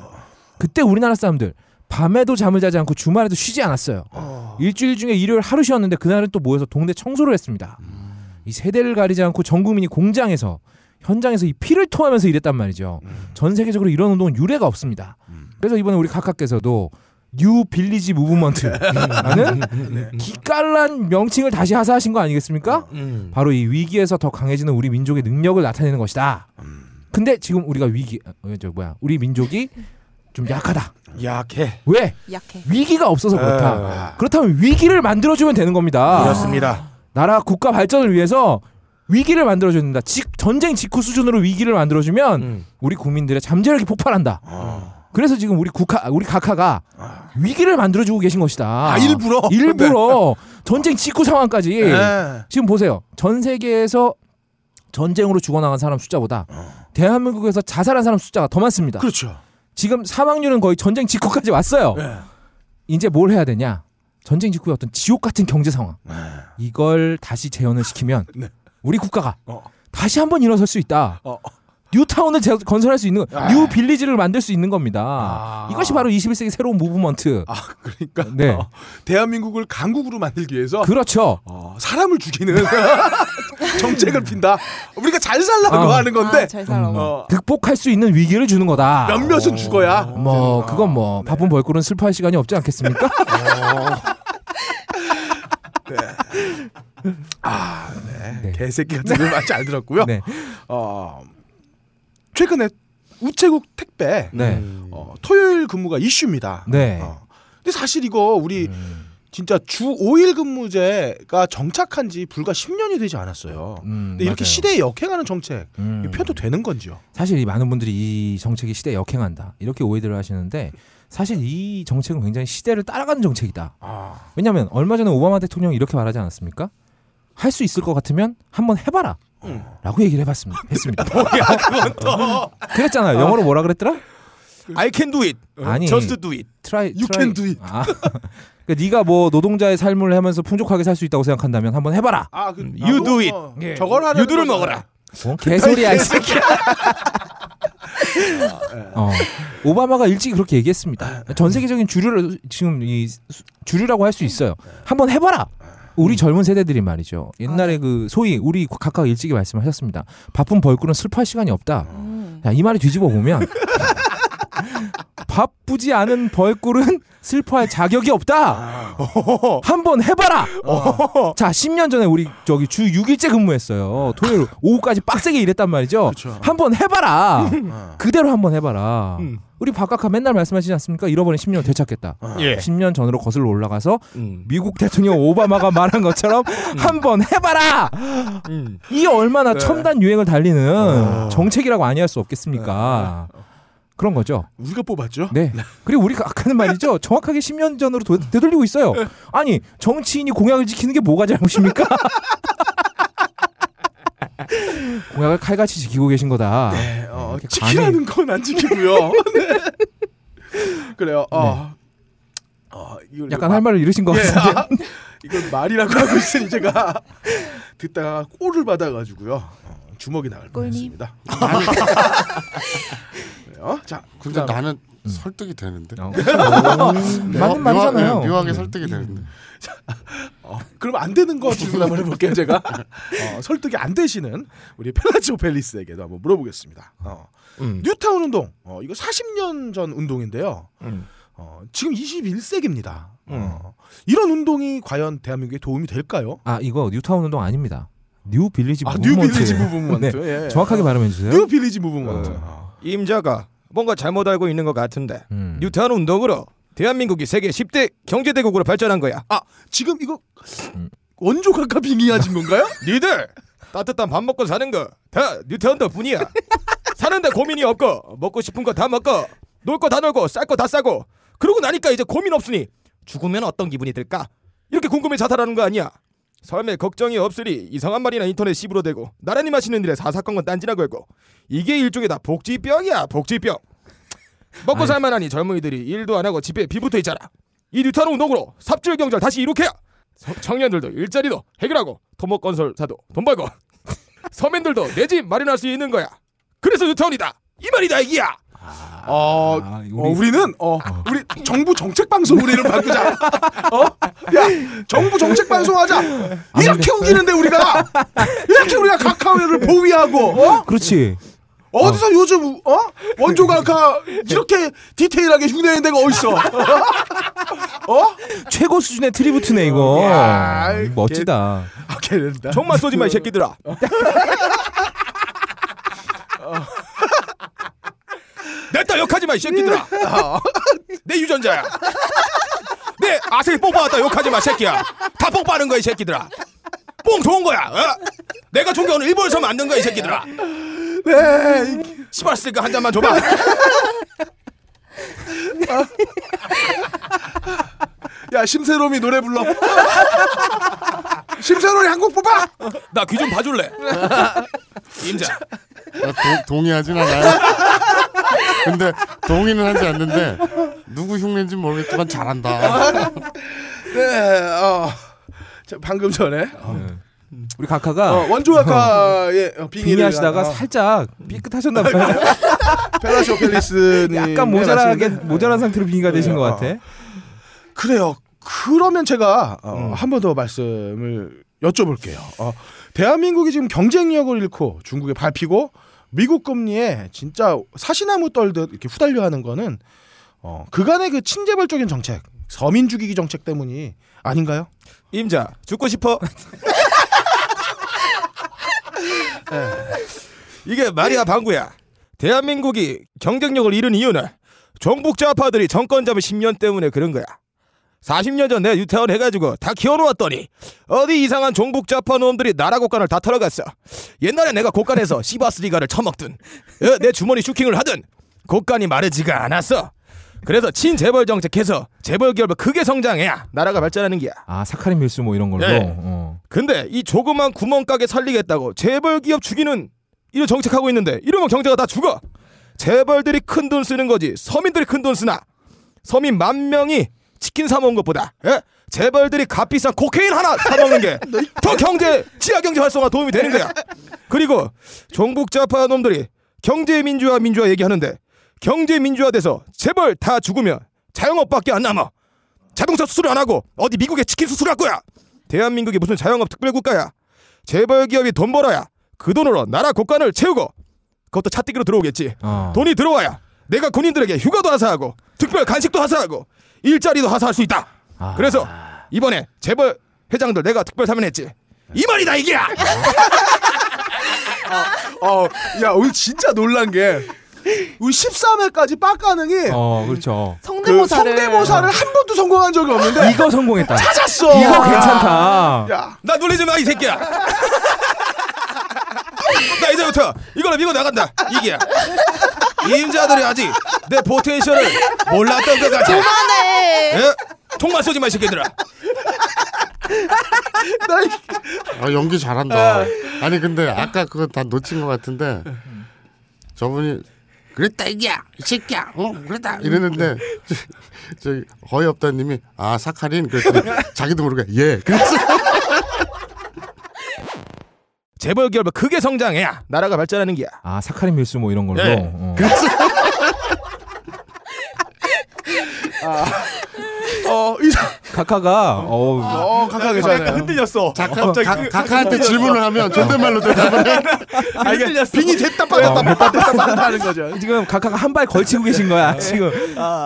Speaker 2: 그때 우리나라 사람들 밤에도 잠을 자지 않고 주말에도 쉬지 않았어요. 일주일 중에 일요일 하루 쉬었는데 그날은 또 모여서 동네 청소를 했습니다. 이 세대를 가리지 않고 전 국민이 공장에서 현장에서 이 피를 토하면서 일했단 말이죠. 전 세계적으로 이런 운동은 유례가 없습니다. 그래서 이번에 우리 각하께서도 뉴 빌리지 무브먼트라는 기깔난 명칭을 다시 하사하신 거 아니겠습니까?
Speaker 6: 음.
Speaker 2: 바로 이 위기에서 더 강해지는 우리 민족의 능력을 나타내는 것이다. 근데 지금 우리가 위기 어, 저 뭐야 우리 민족이 좀 약하다.
Speaker 6: 약해. 아,
Speaker 2: 왜
Speaker 4: 약해.
Speaker 2: 위기가 없어서 그렇다. 그렇다면 위기를 만들어주면 되는 겁니다.
Speaker 6: 음. 네. 그렇습니다.
Speaker 2: 나라 국가 발전을 위해서 위기를 만들어줘야 된다. 직, 전쟁 직후 수준으로 위기를 만들어주면
Speaker 6: 음.
Speaker 2: 우리 국민들의 잠재력이 폭발한다. 그래서 지금 우리 국가 우리 각하가 위기를 만들어주고 계신 것이다.
Speaker 5: 아, 일부러?
Speaker 2: 일부러 전쟁 직후 상황까지
Speaker 5: 네.
Speaker 2: 지금 보세요. 전 세계에서 전쟁으로 죽어나간 사람 숫자보다 대한민국에서 자살한 사람 숫자가 더 많습니다.
Speaker 5: 그렇죠.
Speaker 2: 지금 사망률은 거의 전쟁 직후까지 왔어요.
Speaker 5: 네.
Speaker 2: 이제 뭘 해야 되냐? 전쟁 직후의 어떤 지옥 같은 경제 상황. 이걸 다시 재현을 시키면
Speaker 5: [LAUGHS] 네.
Speaker 2: 우리 국가가
Speaker 5: 어.
Speaker 2: 다시 한번 일어설 수 있다.
Speaker 5: 어. 아.
Speaker 2: 뉴타운을 재- 건설할 수 있는 뉴 빌리지를 만들 수 있는 겁니다. 이것이 바로 21세기 새로운 무브먼트.
Speaker 5: 아 그러니까
Speaker 2: 네.
Speaker 5: 어, 대한민국을 강국으로 만들기 위해서
Speaker 2: 그렇죠.
Speaker 5: 어, 사람을 죽이는 [LAUGHS] 정책을 핀다. 우리가 잘 살라고
Speaker 2: 어.
Speaker 5: 하는 건데
Speaker 4: 아, 잘 살라고.
Speaker 5: 어,
Speaker 2: 음. 극복할 수 있는 위기를 주는 거다.
Speaker 5: 몇몇은 죽어야.
Speaker 2: 뭐
Speaker 5: 네.
Speaker 2: 그건
Speaker 5: 어,
Speaker 2: 뭐 바쁜 벌꿀은 슬퍼할 시간이 없지 않겠습니까?
Speaker 5: [LAUGHS]
Speaker 2: 네.
Speaker 5: 개새끼 같은 걸 많이 잘 들었고요.
Speaker 2: 네.
Speaker 5: 어, 최근에 우체국 택배
Speaker 2: 네.
Speaker 5: 어, 토요일 근무가 이슈입니다.
Speaker 2: 네. 음.
Speaker 5: 어. 근데 사실 이거 우리 진짜 주 5일 근무제가 정착한 지 불과 10년이 되지 않았어요.
Speaker 2: 음,
Speaker 5: 근데 이렇게
Speaker 2: 맞아요.
Speaker 5: 시대에 역행하는 정책
Speaker 2: 음.
Speaker 5: 이거 펴도 되는 건지요?
Speaker 2: 사실 이 많은 분들이 이 정책이 시대에 역행한다 이렇게 오해들을 하시는데 사실 이 정책은 굉장히 시대를 따라가는 정책이다.
Speaker 5: 아,
Speaker 2: 왜냐하면 얼마 전에 오바마 대통령이 이렇게 말하지 않았습니까? 할 수 있을 것 같으면 한번 해봐라.
Speaker 5: 음.
Speaker 2: 라고 얘기를
Speaker 5: [LAUGHS]
Speaker 2: 해봤습니다. 했습니다. 그랬잖아요. 영어로 뭐라 그랬더라?
Speaker 6: I can do it.
Speaker 2: 아니.
Speaker 6: Just do it.
Speaker 2: 트라이.
Speaker 5: You can do it.
Speaker 2: 아, [LAUGHS] 그러니까 네가 뭐 노동자의 삶을 하면서 풍족하게 살 수 있다고 생각한다면 한번 해봐라.
Speaker 5: 아, 그,
Speaker 6: You do it.
Speaker 5: 어,
Speaker 2: 예,
Speaker 5: 저걸 하는
Speaker 6: 네. 유두를 먹어라.
Speaker 2: 뭔 개소리야 이 새끼야. 어, 오바마가 일찍 그렇게 얘기했습니다. 전 세계적인 주류를 지금 이 수- 주류라고 할 수 있어요. 한번 해봐라. 우리 젊은 세대들이 말이죠. 옛날에 그 소위 우리 각각 일찍이 말씀하셨습니다. 바쁜 벌꿀은 슬퍼할 시간이 없다.
Speaker 4: 음.
Speaker 2: 야, 이 말이 뒤집어 보면 [LAUGHS] 바쁘지 않은 벌꿀은 슬퍼할 자격이 없다. [LAUGHS] 한번 해봐라. 자, 10년 전에 우리 저기 주 6일째 근무했어요. 토요일 오후까지 빡세게 일했단 말이죠. 한번 해봐라. 그대로 한번 해봐라. 우리 박각하 맨날 말씀하시지 않습니까? 잃어버린 10년 되찾겠다.
Speaker 6: 예.
Speaker 2: 10년 전으로 거슬러 올라가서
Speaker 6: 음.
Speaker 2: 미국 대통령 오바마가 [LAUGHS] 말한 것처럼 한번 해봐라.
Speaker 6: 음.
Speaker 2: 이 얼마나 첨단 유행을 달리는 정책이라고 아니할 수 없겠습니까? 그런 거죠.
Speaker 5: 우리가 뽑았죠?
Speaker 2: 네. 그리고 우리가 아까는 말이죠. 정확하게 10년 전으로 도- 되돌리고 있어요. 아니 정치인이 공약을 지키는 게 뭐가 잘못입니까? [LAUGHS] 공약을 칼같이 지키고 계신 거다.
Speaker 5: 네, 어,
Speaker 2: 아, 이렇게
Speaker 5: 지키라는 건 안
Speaker 2: [LAUGHS]
Speaker 5: 지키고요. 네. [LAUGHS] 그래요. 어, 어, 이걸
Speaker 2: 약간
Speaker 5: 마-
Speaker 2: 할 말을 잃으신 것
Speaker 5: 예, [LAUGHS]
Speaker 2: 같은데.
Speaker 5: 아, 이걸 말이라고 하고 있으니 제가 듣다가 꼴을 받아가지고요 어, 주먹이 나갈
Speaker 4: 꼴님.
Speaker 5: 뻔했습니다. 그래요. 자,
Speaker 7: 근데
Speaker 5: 그다음- 음.
Speaker 7: 나는 설득이 되는데.
Speaker 2: 어.
Speaker 7: 묘하-
Speaker 2: 맞는 말이잖아요.
Speaker 7: 네. 묘하- 묘하게 설득이 되는데.
Speaker 5: 어, 그럼 안 되는 거 질문 한번 해볼게요 제가 어, 설득이 안 되시는 우리 펠라치오 펠리스에게도 한번 물어보겠습니다. 어,
Speaker 6: 음.
Speaker 5: 뉴타운 운동 어, 이거 40년 전 운동인데요.
Speaker 6: 음.
Speaker 5: 어, 지금 21세기입니다. 어,
Speaker 2: 음.
Speaker 5: 이런 운동이 과연 대한민국에 도움이 될까요?
Speaker 2: 아 이거 뉴타운 운동 아닙니다. 뉴 빌리지
Speaker 5: 아, 뉴
Speaker 2: 무브먼트.
Speaker 5: 빌리지 무브먼트.
Speaker 2: 네.
Speaker 5: 예.
Speaker 2: 정확하게 발음해 주세요. 네.
Speaker 5: 뉴 빌리지 무브먼트. 어.
Speaker 6: 임자가 뭔가 잘못 알고 있는 것 같은데
Speaker 2: 음.
Speaker 6: 뉴턴 운동으로 대한민국이 세계 10대 경제대국으로 발전한 거야.
Speaker 5: 아, 지금 이거
Speaker 2: 음.
Speaker 5: 원조 각하 빙의하신 건가요?
Speaker 6: 니들 따뜻한 밥 먹고 사는 거 다 뉴턴 덕분이야. 사는데 고민이 없고 먹고 싶은 거 다 먹고 놀 거 다 놀고 쌀 거 다 싸고 그러고 나니까 이제 고민 없으니 죽으면 어떤 기분이 들까? 이렇게 궁금해 자살하는 거 아니야. 삶에 걱정이 없으니 이상한 말이나 인터넷 씹으로 대고 나란히 마시는 일에 사사건건 딴지나 걸고 이게 일종의 다 복지병이야 복지병. 먹고 살만하니 젊은이들이 일도 안 하고 집에 비붙어 있잖아. 이 뉴턴 운동으로 삽질 경제를 다시 이룩해야 서- 청년들도 일자리도 해결하고 토목 건설사도 돈 벌고 [LAUGHS] 서민들도 내 집 마련할 수 있는 거야. 그래서 뉴타운이다. 이 말이다 이기야.
Speaker 5: 어,
Speaker 2: [LAUGHS] 아, 우리-
Speaker 5: 어, 우리는 어, 우리 정부 정책 방송으로 이름 바꾸자. 어? 야, 정부 정책 방송하자. 이렇게 우기는데 우리가 이렇게 우리가 카카오를 보위하고 어?
Speaker 2: 그렇지.
Speaker 5: 어디서 요즘 우- 어? 원조 각하 이렇게 디테일하게 흉내낸 데가 어딨어? 어?
Speaker 2: 최고 수준의 트리뷰트네 이거. 음,
Speaker 5: 야, 이게-
Speaker 2: 멋지다.
Speaker 5: 아, 걔는다. 어.
Speaker 6: 정말 쏘지 마
Speaker 5: [LAUGHS]
Speaker 6: 이 새끼들아. 내딸 욕하지 마
Speaker 5: [LAUGHS]
Speaker 6: 이 새끼들아. 내 유전자야. 내 아세이 뽑아왔다 욕하지 마 새끼야. 다 뽑아는 거야 이 새끼들아. 뽕 좋은 거야. 어? 내가 존경하는 일본에서 만든 거야 이 새끼들아.
Speaker 5: 네.
Speaker 6: 씨발 쓰니까 한 잔만 줘봐.
Speaker 5: 야 심세롬이 노래 불러. 심세롬이 한 곡 뽑아.
Speaker 6: 나 귀 좀 봐줄래. 임자.
Speaker 7: 나 동- 동의하진 않아요. [LAUGHS] 근데 동의는 하지 않는데 누구 흉내인지 모르겠지만 잘한다.
Speaker 5: 네. 어. 자, 방금 전에 어,
Speaker 2: 우리 각하가
Speaker 5: 어, 원조 작가의 네, 어, 빙의를
Speaker 2: 빙의하시다가
Speaker 5: 어,
Speaker 2: 살짝 삐끗하셨나 봐요.
Speaker 5: 페라쇼 펠리스님 네,
Speaker 2: 약간 모자라게 모자란 상태로 빙의가 되신 것 같아.
Speaker 5: 그래요. 그러면 제가 어, 한 번 더 말씀을 여쭤볼게요. 어, 대한민국이 지금 경쟁력을 잃고 중국에 밟히고 미국 금리에 진짜 사시나무 떨듯 이렇게 후달려 하는 거는 어, 그간의 그 친재벌적인 정책, 서민 죽이기 정책 때문이 아닌가요?
Speaker 11: 임자 죽고 싶어.
Speaker 6: 이게 말이야 방구야. 대한민국이 경쟁력을 잃은 이유는 정북 좌파들이 정권 잡은 10년 때문에 그런 거야. 40년 전 내가 유태원 해가지고 다 키워놓았더니 어디 이상한 종북 좌파 놈들이 나라 곳간을 다 털어갔어. 옛날에 내가 곳간에서 [LAUGHS] 시바스리가를 처먹든 어, 내 주머니 슈킹을 하든 곳간이 마르지가 않았어. 그래서 친재벌 정책해서 재벌 기업을 크게 성장해야 나라가 발전하는 거야.
Speaker 2: 아 사카린 밀수 뭐 이런 걸로.
Speaker 6: 네.
Speaker 2: 어.
Speaker 6: 근데 이 조그만 구멍가게 살리겠다고 재벌 기업 죽이는 이런 정책하고 있는데 이러면 경제가 다 죽어. 재벌들이 큰 돈 쓰는 거지 서민들이 큰 돈 쓰나 서민 만 명이 치킨 사 먹은 것보다 예? 재벌들이 값비싼 코케인 하나 사 먹는 게 더 경제 지하 경제 활성화 도움이 되는 거야. 그리고 종북 좌파 놈들이 경제 민주화 민주화 얘기하는데 경제 민주화 돼서 재벌 다 죽으면 자영업밖에 안 남아. 자동차 수출 안 하고 어디 미국에 치킨 수출할 거야. 대한민국이 무슨 자영업 특별국가야. 재벌 기업이 돈 벌어야 그 돈으로 나라 국간을 채우고 그것도 차띠기로 들어오겠지.
Speaker 2: 어.
Speaker 6: 돈이 들어와야 내가 군인들에게 휴가도 하사하고 특별 간식도 하사하고 일자리도 하사할 수 있다.
Speaker 2: 아.
Speaker 6: 그래서 이번에 재벌 회장들 내가 특별 사면했지. 이 말이다 [LAUGHS] 이게야.
Speaker 5: 어, 야 오늘 진짜 놀란 게 우리 13회까지 빡가능이
Speaker 2: 어 그렇죠.
Speaker 5: 그
Speaker 4: 성대모사를
Speaker 5: 성대모사를 한 번도 성공한 적이 없는데
Speaker 2: 이거 성공했다.
Speaker 5: 찾았어.
Speaker 2: 이거 괜찮다.
Speaker 5: 야,
Speaker 6: 나 놀리지 마 이 새끼야. 나 이제부터 이걸로 밀고 나간다 이게야. 임자들이 아직 내 포텐셜을 몰랐던 것 같아.
Speaker 4: 그만해.
Speaker 6: 예? 총만 쏘지 마 이 새끼들아.
Speaker 7: 아, 연기
Speaker 12: 어.
Speaker 7: 잘한다. 아니 근데 아까 그거 다 놓친 것 같은데 저분이 그랬다 이게야 이 새끼야 어 그랬다 이랬는데 저기 어이없다님이 아 사카린 그랬더니 자기도 모르게 예 그래서
Speaker 6: 재벌 기업을 크게 성장해야 나라가 발전하는 게야.
Speaker 2: 아 사카린 밀수 뭐 이런 걸로.
Speaker 6: 네.
Speaker 5: [LAUGHS]
Speaker 2: 어.
Speaker 5: 어, 이 사-
Speaker 2: 각하가 어,
Speaker 5: 어, 각하게
Speaker 12: 약간
Speaker 5: 잘해.
Speaker 12: 흔들렸어.
Speaker 7: 작가
Speaker 12: 갑자기 그 어.
Speaker 7: 가- 각하한테 질문을 하면 존댓말로 대답을 해.
Speaker 5: 아, 이게 빙이 됐다
Speaker 2: 어,
Speaker 5: 빠졌다 됐다 빠졌다 하는 거죠.
Speaker 2: 지금 각하가 한 발 걸치고 계신 거야 지금.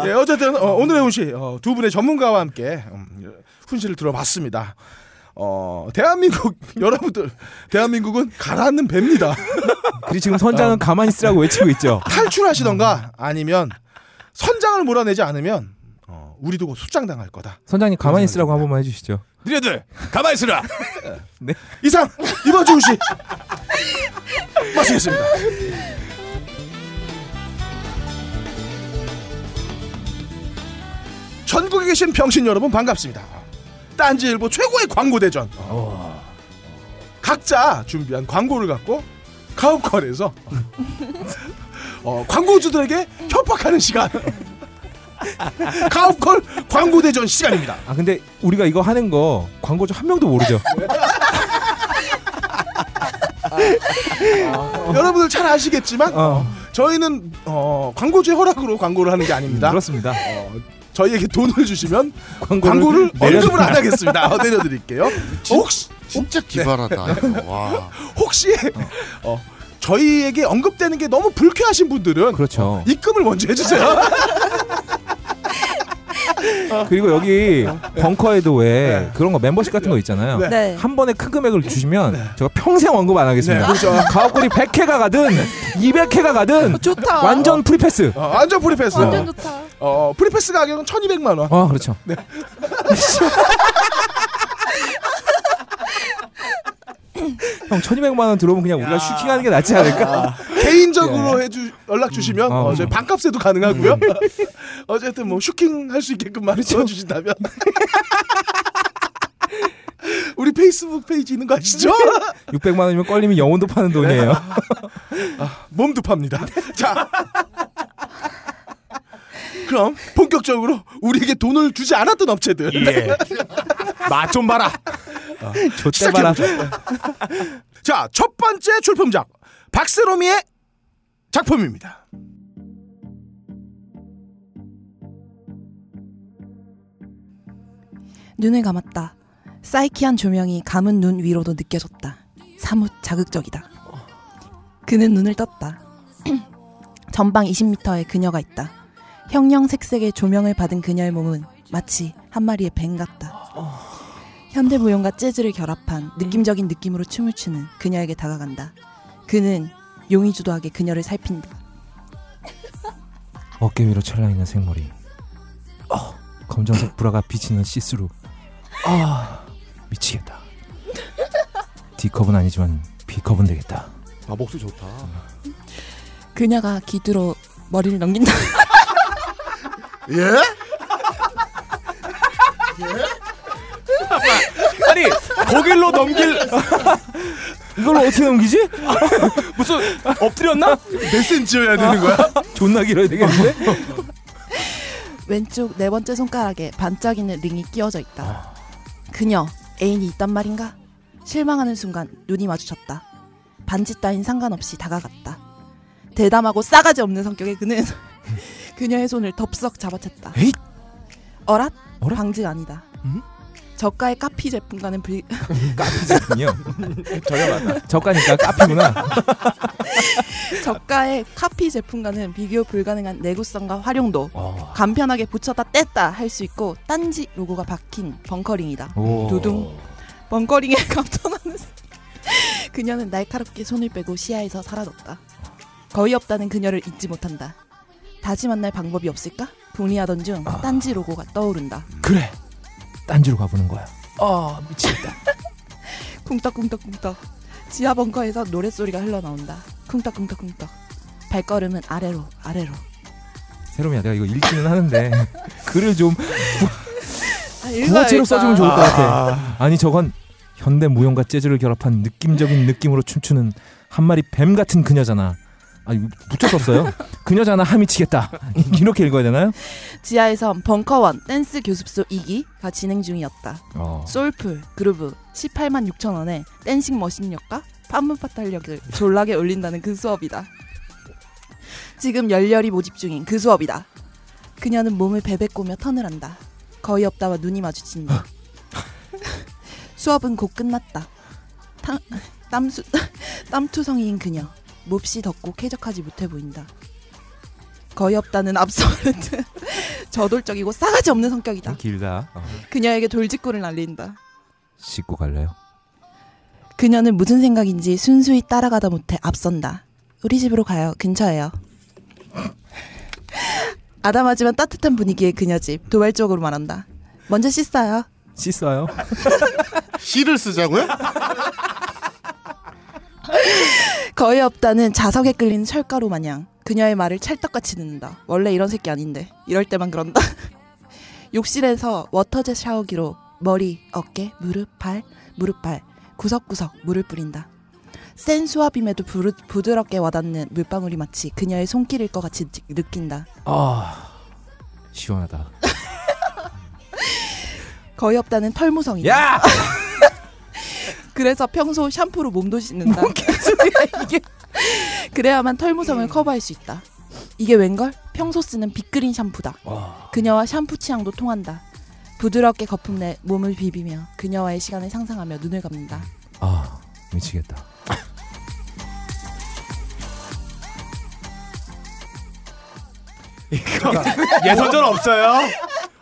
Speaker 5: 예, 어쨌든 어, 오늘의 훈시 어, 두 분의 전문가와 함께 음, 훈시를 들어봤습니다. 어, 대한민국 [LAUGHS] 여러분들 대한민국은 가라앉는 배입니다.
Speaker 2: 그리고 지금 선장은 가만히 있으라고 외치고 있죠.
Speaker 5: 탈출하시던가 아니면 선장을 몰아내지 않으면 어, 우리도 곧 숙장당할 거다.
Speaker 2: 선장님 가만히 있으라고 한 번만 해주시죠.
Speaker 6: 니네들 가만히 있으라.
Speaker 5: 이상 이번 주 훈시 마치겠습니다. 전국에 계신 병신 여러분 반갑습니다. 딴지일보 최고의 광고 대전. 각자 준비한 광고를 갖고 가옥걸에서 어, 광고주들에게 협박하는 시간. 가옥걸 광고 대전 시간입니다.
Speaker 2: 아 근데 우리가 이거 하는 거 광고주 한 명도 모르죠.
Speaker 5: 네. 여러분들 잘 아시겠지만
Speaker 2: 어,
Speaker 5: 저희는 어, 광고주의 허락으로 광고를 하는 게 아닙니다.
Speaker 2: 음, 그렇습니다.
Speaker 5: 저희에게 돈을 주시면
Speaker 2: 광고를,
Speaker 5: 어. 광고를 언급을
Speaker 2: 내려드립니다.
Speaker 5: 안 하겠습니다. 어, 내려드릴게요. 혹시
Speaker 7: 진짜 기발하다. 이거. 와
Speaker 5: 혹시 어, 저희에게 언급되는 게 너무 불쾌하신 분들은
Speaker 2: 그렇죠.
Speaker 5: 입금을 먼저 해주세요.
Speaker 2: 그리고 여기
Speaker 5: 네.
Speaker 2: 벙커에도 왜 그런 거 멤버십 같은 거 있잖아요.
Speaker 4: 네.
Speaker 2: 한 번에 큰 금액을 주시면 제가 평생 언급 안
Speaker 5: 네,
Speaker 2: 하겠습니다.
Speaker 5: 그렇죠. 네.
Speaker 2: 가옥골이 100회가 가든 200회가 가든
Speaker 4: 좋다.
Speaker 2: 완전 프리패스.
Speaker 5: 어, 완전 프리패스.
Speaker 4: 완전 좋다.
Speaker 5: 어, 프리패스 가격은 1,200만 원. 네.
Speaker 2: 아 그렇죠. [LAUGHS] 형 1200만 원 들어오면 그냥 우리가 슈킹하는 게 낫지 않을까?
Speaker 5: 개인적으로 해주 연락 주시면
Speaker 2: 예. 음.
Speaker 5: 어, 저희
Speaker 2: 음.
Speaker 5: 반값에도 가능하고요. [LAUGHS] 어쨌든 뭐 슈킹 할 수 있게끔 많이
Speaker 2: 그렇죠.
Speaker 5: 도와주신다면 [LAUGHS] 우리 페이스북 페이지 있는 거
Speaker 2: [LAUGHS]
Speaker 5: 아시죠?
Speaker 2: 600만 원이면 껄리면 영혼도 파는 돈이에요.
Speaker 5: 네.
Speaker 2: [LAUGHS]
Speaker 5: 몸도 팝니다. 자. 그럼 본격적으로 우리에게 돈을 주지 않았던 업체들
Speaker 2: 예.
Speaker 6: 맛 좀 봐라.
Speaker 2: 좋대 봐라.
Speaker 5: 자, 첫 번째 출품작 박세롬이의 작품입니다.
Speaker 4: 눈을 감았다. 사이키한 조명이 감은 눈 위로도 느껴졌다. 사뭇 자극적이다. 그는 눈을 떴다. [CLEARS THROAT] 전방 20m에 그녀가 있다. 형형색색의 조명을 받은 그녀의 몸은 마치 한 마리의 뱀 같다. 현대무용과 재즈를 결합한 느낌적인 느낌으로 춤을 추는 그녀에게 다가간다. 그는 용의주도하게 그녀를 살핀다.
Speaker 2: 어깨 위로 찰랑이는 생머리. 어, 검정색 브라가 비치는 시스루. 아, 미치겠다. D컵은 아니지만 B컵은 되겠다.
Speaker 6: 아 목소리 좋다.
Speaker 4: 그녀가 기두로 머리를 넘긴다.
Speaker 5: 예?
Speaker 6: 아니 거길로 넘길
Speaker 2: 이걸로 어떻게 넘기지?
Speaker 6: 무슨 엎드렸나?
Speaker 5: 메신저여야 되는 거야?
Speaker 2: 존나 길어야 되겠는데? [LAUGHS]
Speaker 4: 왼쪽 네 번째 손가락에 반짝이는 링이 끼워져 있다.
Speaker 2: 아.
Speaker 4: 그녀 애인이 있단 말인가? 실망하는 순간 눈이 마주쳤다. 반지 따윈 상관없이 다가갔다. 대담하고 싸가지 없는 성격의 그는 [LAUGHS] 그녀의 손을 덥석 잡아챘다.
Speaker 2: 에잇!
Speaker 4: 어랏?
Speaker 2: 어랏?
Speaker 4: 방지가 아니다.
Speaker 2: 음?
Speaker 4: 저가의 카피 제품과는 불...
Speaker 2: 까피제군요. 저렴하다. 저가니까 까피구나.
Speaker 4: [LAUGHS] 저가의 카피 제품과는 비교 불가능한 내구성과 활용도,
Speaker 2: 어.
Speaker 4: 간편하게 붙였다 뗐다 할 수 있고 딴지 로고가 박힌 벙커링이다.
Speaker 2: 오.
Speaker 4: 두둥. 벙커링에 [LAUGHS] 감탄하는 사- 그녀는 날카롭게 손을 빼고 시야에서 사라졌다. 거의 없다는 그녀를 잊지 못한다. 다시 만날 방법이 없을까? 궁리하던 중
Speaker 2: 아.
Speaker 4: 딴지 로고가 떠오른다.
Speaker 2: 그래. 딴지로 가보는 거야. 아 미치겠다.
Speaker 4: [LAUGHS] 쿵떡쿵떡쿵떡. 지하 벙커에서 노랫소리가 흘러나온다. 쿵떡쿵떡쿵떡. 발걸음은 아래로 아래로.
Speaker 2: 새롬이야 내가 이거 읽기는 [LAUGHS] 하는데 글을 좀
Speaker 4: 아,
Speaker 2: 구어체로 써주면 좋을 것 같아. 아니 저건 현대 무용과 재즈를 결합한 느낌적인 느낌으로 춤추는 한 마리 뱀 같은 그녀잖아. 아니 붙여서
Speaker 4: [LAUGHS]
Speaker 2: 없어요. 그녀잖아 하미치겠다. [LAUGHS] 이렇게 읽어야 되나요?
Speaker 4: 지하에선 벙커원 댄스 교습소 2기가 진행 중이었다.
Speaker 2: 어.
Speaker 4: 솔풀 그루브 18만 6천 원에 댄싱 머신력과 판문 파탄력을 졸라게 올린다는 그 수업이다. 지금 열렬히 모집 중인 그 수업이다. 그녀는 몸을 베베꼬며 턴을 한다. 거의 없다와 눈이 마주친다. [LAUGHS] 수업은 곧 끝났다. 탕- 땀수, [LAUGHS] 땀투성이인 그녀. 몹시 덥고 쾌적하지 못해 보인다. 거의 없다는 앞서는 [LAUGHS] 듯 저돌적이고 싸가지 없는 성격이다.
Speaker 2: 길다. 어.
Speaker 4: 그녀에게 돌직구를 날린다.
Speaker 2: 씻고 갈래요?
Speaker 4: 그녀는 무슨 생각인지 순수히 따라가다 못해 앞선다. 우리 집으로 가요. 근처예요. [LAUGHS] 아담하지만 따뜻한 분위기의 그녀 집. 도발적으로 말한다. 먼저 씻어요.
Speaker 2: 씻어요.
Speaker 7: 시를 쓰자고요?
Speaker 4: 거의 없다는 자석에 끌리는 철가루 마냥 그녀의 말을 찰떡같이 듣는다. 원래 이런 새끼 아닌데 이럴 때만 그런다. [LAUGHS] 욕실에서 워터젯 샤워기로 머리, 어깨, 무릎, 발, 무릎, 발 구석구석 물을 뿌린다. 센 수압임에도 부르, 부드럽게 와닿는 물방울이 마치 그녀의 손길일 것 같이 느- 느낀다.
Speaker 2: 아 시원하다.
Speaker 4: 거의 없다는 털무성이다.
Speaker 2: 야
Speaker 4: [LAUGHS] 그래서 평소 샴푸로 몸도 씻는다. 뭔 [LAUGHS] 개소리야 이게. 그래야만 털무성을 커버할 수 있다. 이게 웬걸? 평소 쓰는 빅그린 샴푸다. 그녀와 샴푸 취향도 통한다. 부드럽게 거품 내 몸을 비비며 그녀와의 시간을 상상하며 눈을 감는다.
Speaker 2: 아 미치겠다.
Speaker 6: 예선전 없어요.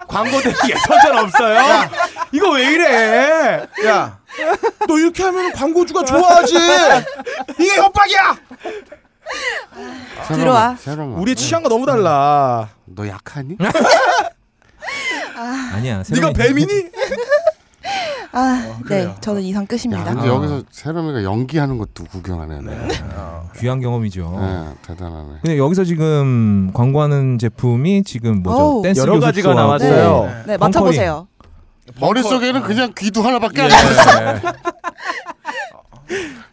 Speaker 6: 광고들 예선전 없어요. 이거 왜 이래?
Speaker 5: 야, 너 이렇게 하면 광고주가 좋아하지. 이게 협박이야.
Speaker 4: 들어와.
Speaker 7: 새로운
Speaker 6: 우리 취향과 너무 달라.
Speaker 7: 너 약하니?
Speaker 2: 아니야.
Speaker 5: 네가
Speaker 2: 새롬이-
Speaker 5: 뱀이니?
Speaker 4: 아,
Speaker 5: 그래요.
Speaker 4: 네. 저는 이상
Speaker 7: 야,
Speaker 4: 끝입니다.
Speaker 7: 근데
Speaker 2: 어.
Speaker 7: 여기서 세롬이가 연기하는 것도 구경하네. 네.
Speaker 2: 귀한 경험이죠.
Speaker 7: 네, 대단하네.
Speaker 2: 근데 여기서 지금 광고하는 제품이 지금 뭐죠?
Speaker 4: 어우.
Speaker 2: 댄스
Speaker 6: 여러 가지가
Speaker 2: 교습소하고
Speaker 6: 나왔어요.
Speaker 4: 네, 맞춰 보세요.
Speaker 7: 머릿속에는 그냥 귀도 하나밖에 안 나.
Speaker 2: 예.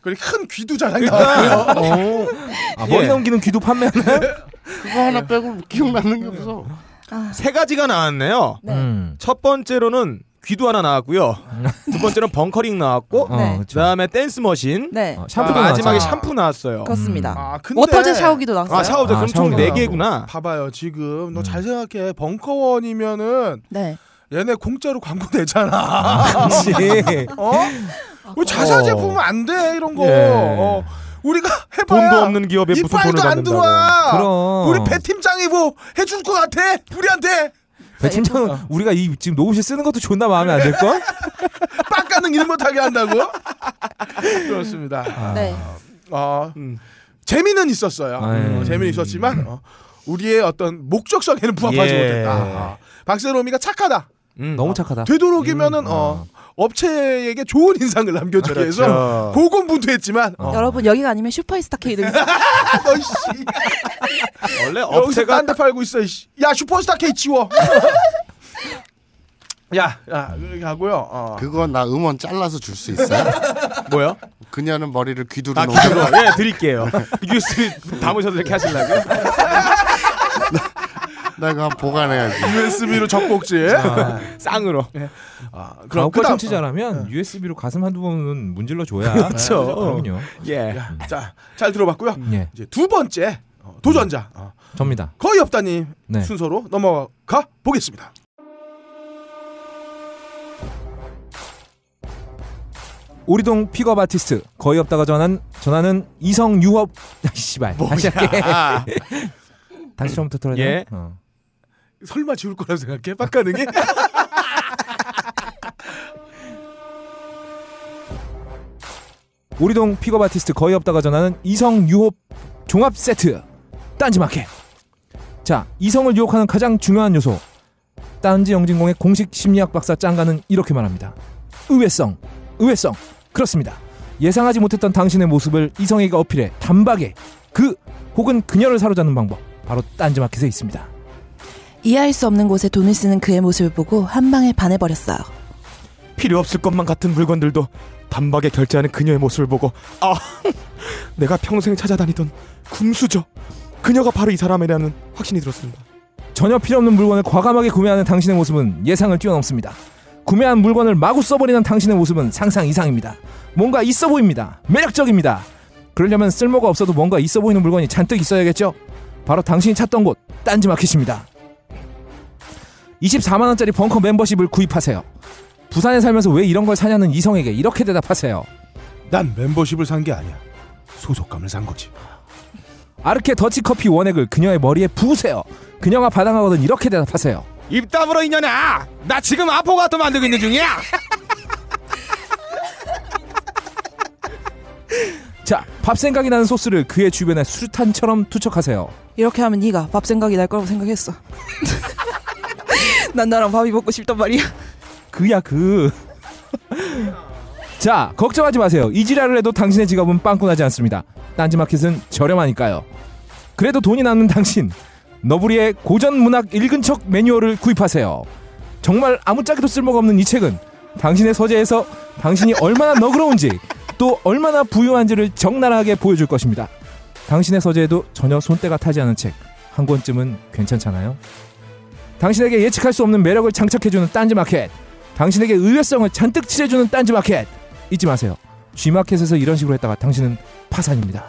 Speaker 5: 그리고 큰 귀도 잘나왔고요
Speaker 6: 네.
Speaker 2: 그러니까. 아, 머리
Speaker 6: 예.
Speaker 2: 넘기는 귀도 판매하나요?
Speaker 7: 그거 하나 빼고 기억나는 게 없어.
Speaker 4: 아,
Speaker 6: 세 가지가 나왔네요.
Speaker 4: 네.
Speaker 2: 음.
Speaker 6: 첫 번째로는 귀도 하나 나왔고요. 두 번째로는 벙커링 나왔고,
Speaker 2: 어,
Speaker 4: 네.
Speaker 2: 그쵸.
Speaker 6: 그다음에 댄스 머신,
Speaker 4: 네.
Speaker 2: 어, 샴푸도
Speaker 6: 샴푸도 마지막에
Speaker 2: 나왔잖아.
Speaker 6: 샴푸 나왔어요.
Speaker 4: 그렇습니다.
Speaker 2: 음.
Speaker 5: 아, 근데
Speaker 4: 워터젯 샤워기도 나왔어요.
Speaker 6: 아 샤워도
Speaker 2: 아,
Speaker 6: 그럼 총
Speaker 2: 샤워기도
Speaker 6: 네
Speaker 2: 나왔고.
Speaker 6: 개구나.
Speaker 5: 봐봐요 지금
Speaker 2: 음.
Speaker 5: 너 잘 생각해 벙커원이면은
Speaker 4: 네.
Speaker 5: 얘네 공짜로 광고 내잖아.
Speaker 2: 그치. [LAUGHS]
Speaker 5: 어? 왜 자사
Speaker 6: 어.
Speaker 5: 제품은 안 돼 이런 거.
Speaker 6: 예.
Speaker 5: 어. 우리가 해봐야
Speaker 6: 돈도 없는 기업에 무슨 돈을
Speaker 5: 이빨도 안
Speaker 6: 받는다고.
Speaker 5: 들어와.
Speaker 2: 그럼.
Speaker 5: 우리 배 팀장이 뭐 해줄 것 같아? 우리한테
Speaker 2: 배 네, 팀장은 우리가 아, 이 지금 녹음실 쓰는 것도 존나 마음에 안 [LAUGHS] 들걸?
Speaker 5: 빡가는 일 못하게 한다고? [LAUGHS] 그렇습니다.
Speaker 4: 네.
Speaker 5: 어,
Speaker 6: 음. 예.
Speaker 5: 재미는 있었어요.
Speaker 2: 아유.
Speaker 5: 어, 재미는 있었지만 어, 우리의 어떤 목적성에는 부합하지
Speaker 6: 예.
Speaker 5: 못했다. 아, 박세롬이가 착하다.
Speaker 6: 음.
Speaker 2: 너무 착하다.
Speaker 5: 되도록이면은 어, 업체에게 좋은 인상을 남겨주기 위해서
Speaker 6: 그렇죠.
Speaker 5: 고군분투했지만
Speaker 2: 어.
Speaker 4: 여러분 여기가 아니면 슈퍼스타 K도 있어요.
Speaker 5: 너 씨,
Speaker 6: 원래
Speaker 5: 여기서
Speaker 6: 업체가
Speaker 5: 딴데 팔고 있어. 씨. 야 슈퍼스타 K 지워. [LAUGHS] 야, 야, 이렇게 하고요. 어.
Speaker 7: 그거 나 음원 잘라서 줄 수 있어요?
Speaker 6: 뭐요?
Speaker 7: 그녀는 머리를 귀두로
Speaker 6: 아
Speaker 7: 놓
Speaker 6: 기로 예 드릴게요. [LAUGHS] 뉴스 담으셔서 이렇게 하시려고.
Speaker 7: [LAUGHS] 나 이거 한번 보관해야지.
Speaker 5: USB로 적곡지. [LAUGHS]
Speaker 6: 쌍으로.
Speaker 5: 아, 그럼
Speaker 2: 그럼 그
Speaker 5: 그다음
Speaker 2: 청취자라면 USB로 가슴 한두 번은 문질러 줘야. 네,
Speaker 6: 그렇죠.
Speaker 2: [LAUGHS] 그럼요.
Speaker 6: 예.
Speaker 5: 자, 잘 들어봤고요.
Speaker 2: 예,
Speaker 5: 이제 두 번째 어, 도전자 어,
Speaker 2: 접니다.
Speaker 5: 거의 없다님
Speaker 2: 네.
Speaker 5: 순서로 넘어가 보겠습니다.
Speaker 2: 오리동 픽업 아티스트 거의 없다가 전한 전하는 이성 유업 아, 씨발 다시 할게 [LAUGHS] 다시 처음부터 틀어야 돼.
Speaker 6: 예.
Speaker 2: 어.
Speaker 5: 설마 지울 거라 생각해? [LAUGHS] 빡가능이?
Speaker 2: 오리동 픽업 아티스트 거의 없다가 전하는 이성 유혹 종합 세트 딴지마켓 자 이성을 유혹하는 가장 중요한 요소 딴지 영진공의 공식 심리학 박사 짱가는 이렇게 말합니다 의외성 의외성 그렇습니다 예상하지 못했던 당신의 모습을 이성에게 어필해 단박에 그 혹은 그녀를 사로잡는 방법 바로 딴지마켓에 있습니다
Speaker 4: 이해할 수 없는 곳에 돈을 쓰는 그의 모습을 보고 한 방에 반해버렸어요.
Speaker 6: 필요 없을 것만 같은 물건들도 단박에 결제하는 그녀의 모습을 보고 아 [LAUGHS] 내가 평생 찾아다니던 금수저 그녀가 바로 이 사람이라는 확신이 들었습니다.
Speaker 2: 전혀 필요 없는 물건을 과감하게 구매하는 당신의 모습은 예상을 뛰어넘습니다. 구매한 물건을 마구 써버리는 당신의 모습은 상상 이상입니다. 뭔가 있어 보입니다. 매력적입니다. 그러려면 쓸모가 없어도 뭔가 있어 보이는 물건이 잔뜩 있어야겠죠? 바로 당신이 찾던 곳, 딴지마켓입니다. 24만원짜리 벙커 멤버십을 구입하세요. 부산에 살면서 왜 이런 걸 사냐는 이성에게 이렇게 대답하세요.
Speaker 5: 난 멤버십을 산 게 아니야. 소속감을 산 거지.
Speaker 2: 아르케 더치커피 원액을 그녀의 머리에 부으세요. 그녀가 바당하거든 이렇게 대답하세요.
Speaker 6: 입 다물어 이년아! 나 지금 아포가토 만들고 있는 중이야.
Speaker 2: 자, 밥 생각이 나는 소스를 그의 주변에 수류탄처럼 투척하세요.
Speaker 4: 이렇게 하면 네가 밥 생각이 날 거라고 [LAUGHS] 생각했어. 난 나랑 밥이 먹고 싶단 말이야.
Speaker 2: 그야 [LAUGHS] 그. 자, 걱정하지 마세요. 이 지랄을 해도 당신의 지갑은 빵꾸나지 않습니다. 딴지마켓은 저렴하니까요. 그래도 돈이 남는 당신, 너부리의 고전 문학 읽은 척 매뉴얼을 구입하세요. 정말 아무짝에도 쓸모가 없는 이 책은 당신의 서재에서 당신이 얼마나 너그러운지 또 얼마나 부유한지를 적나라하게 보여줄 것입니다. 당신의 서재에도 전혀 손때가 타지 않은 책 한 권쯤은 괜찮잖아요. 당신에게 예측할 수 없는 매력을 장착해주는 딴지마켓. 당신에게 의외성을 잔뜩 칠해주는 딴지마켓 잊지 마세요. G마켓에서 이런 식으로 했다가 당신은 파산입니다.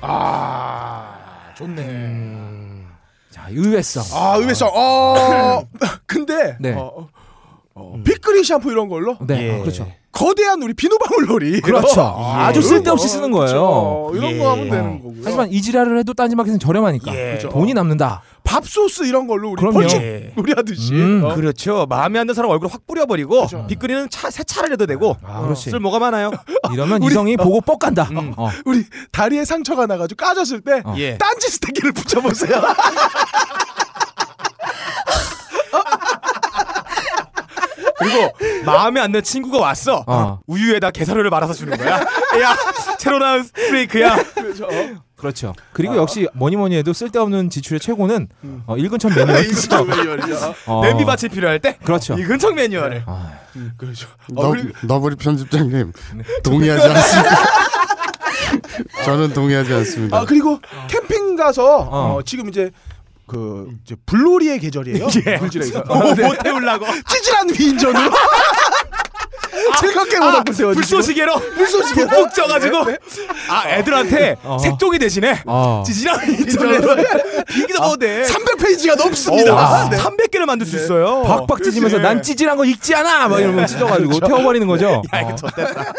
Speaker 5: 아, 좋네.
Speaker 2: 음. 자 의외성.
Speaker 5: 아, 의외성. 어, [LAUGHS] 근데
Speaker 2: 네.
Speaker 5: 어, 어, 빅그린 샴푸 이런 걸로
Speaker 2: 네
Speaker 6: 예.
Speaker 2: 아, 그렇죠.
Speaker 5: 거대한 우리 비누방울놀이.
Speaker 2: 그렇죠.
Speaker 5: 아,
Speaker 2: 아주
Speaker 5: 이런
Speaker 2: 쓸데없이
Speaker 5: 거.
Speaker 2: 쓰는 거예요.
Speaker 5: 그렇죠. 이런
Speaker 6: 예.
Speaker 5: 거 하면
Speaker 2: 어.
Speaker 5: 되는 거고요.
Speaker 2: 하지만 이지랄을 해도 딴지마켓은 저렴하니까
Speaker 6: 예. 그렇죠.
Speaker 2: 돈이 남는다.
Speaker 5: 밥소스 이런 걸로 우리
Speaker 2: 그럼요.
Speaker 5: 벌칙
Speaker 6: 예.
Speaker 5: 놀이 하듯이.
Speaker 2: 음,
Speaker 5: 어.
Speaker 6: 그렇죠. 마음에 안 드는 사람 얼굴 확 뿌려버리고 빗그리는 차, 새 차를 해도 되고
Speaker 2: 아, 그렇지.
Speaker 6: 쓸모가 많아요.
Speaker 5: [LAUGHS]
Speaker 2: 이러면
Speaker 5: 우리-
Speaker 2: 이성이 보고 뻑 간다.
Speaker 6: 음.
Speaker 2: 어.
Speaker 5: 우리 다리에 상처가 나가지고 까졌을 때
Speaker 2: 어.
Speaker 6: 예.
Speaker 5: 딴지 스테이크를 붙여보세요.
Speaker 6: [LAUGHS] 그리고 마음에 안 드는 친구가 왔어.
Speaker 2: 어.
Speaker 6: 우유에다 게사료를 말아서 주는 거야. 야, 새로 나온 스프레이크야.
Speaker 2: 그렇죠. 그리고
Speaker 5: 아.
Speaker 2: 역시 뭐니 뭐니 해도 쓸데없는 지출의 최고는
Speaker 5: 음.
Speaker 2: 어, 읽은 첫
Speaker 5: [LAUGHS]
Speaker 2: 매뉴얼. 어,
Speaker 6: 냄비밭이 필요할 때
Speaker 2: 그렇죠.
Speaker 6: 이 근처 매뉴얼을.
Speaker 2: 아,
Speaker 7: 음. 너, 너브리 편집장님 동의하지 않습니다. 저는 동의하지 않습니다.
Speaker 5: 아 그리고 캠핑 가서
Speaker 2: 어.
Speaker 5: 어, 지금 이제 그 이제 블로리의 계절이에요.
Speaker 6: 예.
Speaker 2: 예.
Speaker 5: 아, 물질에서
Speaker 6: 오, 못 어, 뭐 태우려고.
Speaker 5: 찌질한
Speaker 2: [LAUGHS]
Speaker 5: 위인전으로 아, 즐겁게 오다 보세요.
Speaker 6: 아, 불쏘시개로
Speaker 5: 불쏘시개로?
Speaker 6: 푹푹 쪄가지고 아 애들한테
Speaker 2: 어.
Speaker 6: 색종이 대신에
Speaker 2: 어.
Speaker 6: 지지랑 인터넷으로 비기도 먹어도
Speaker 2: 네.
Speaker 6: 돼.
Speaker 5: 300페이지가 넘습니다.
Speaker 2: 어.
Speaker 5: 네.
Speaker 6: 아, 300개를 만들 수 있어요.
Speaker 2: 박박 찢으면서 난 찌질한 거 읽지
Speaker 5: 네.
Speaker 2: 않아. 막 이러면 찢어가지고
Speaker 5: 그렇죠.
Speaker 2: 태워버리는 거죠.
Speaker 6: 야 이거 좆됐다.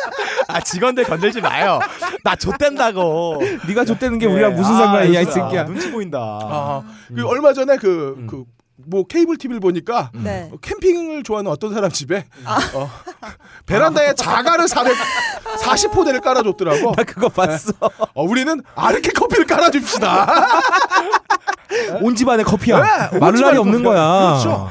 Speaker 6: 아 직원들 건들지 마요. 나 좆된다고.
Speaker 2: 어, 네가 아, 좆되는 게 우리랑 무슨 상관이야 이
Speaker 5: 네.
Speaker 2: 새끼야.
Speaker 6: 눈치 보인다.
Speaker 5: 아, 그 얼마 전에 그
Speaker 2: 음.
Speaker 5: 그 뭐 케이블 TV를 보니까
Speaker 4: 네.
Speaker 5: 어, 캠핑을 좋아하는 어떤 사람 집에 어, 베란다에 자가를 400 40포대를 깔아줬더라고.
Speaker 2: 나 그거 봤어.
Speaker 5: 어, 우리는 아르케 커피를 깔아줍시다.
Speaker 2: [LAUGHS] 온 집안에 커피야.
Speaker 5: 네, 온
Speaker 2: [LAUGHS] 마를 날이
Speaker 5: 집안에
Speaker 2: 없는
Speaker 5: 커피야.
Speaker 2: 거야.
Speaker 5: 그렇죠.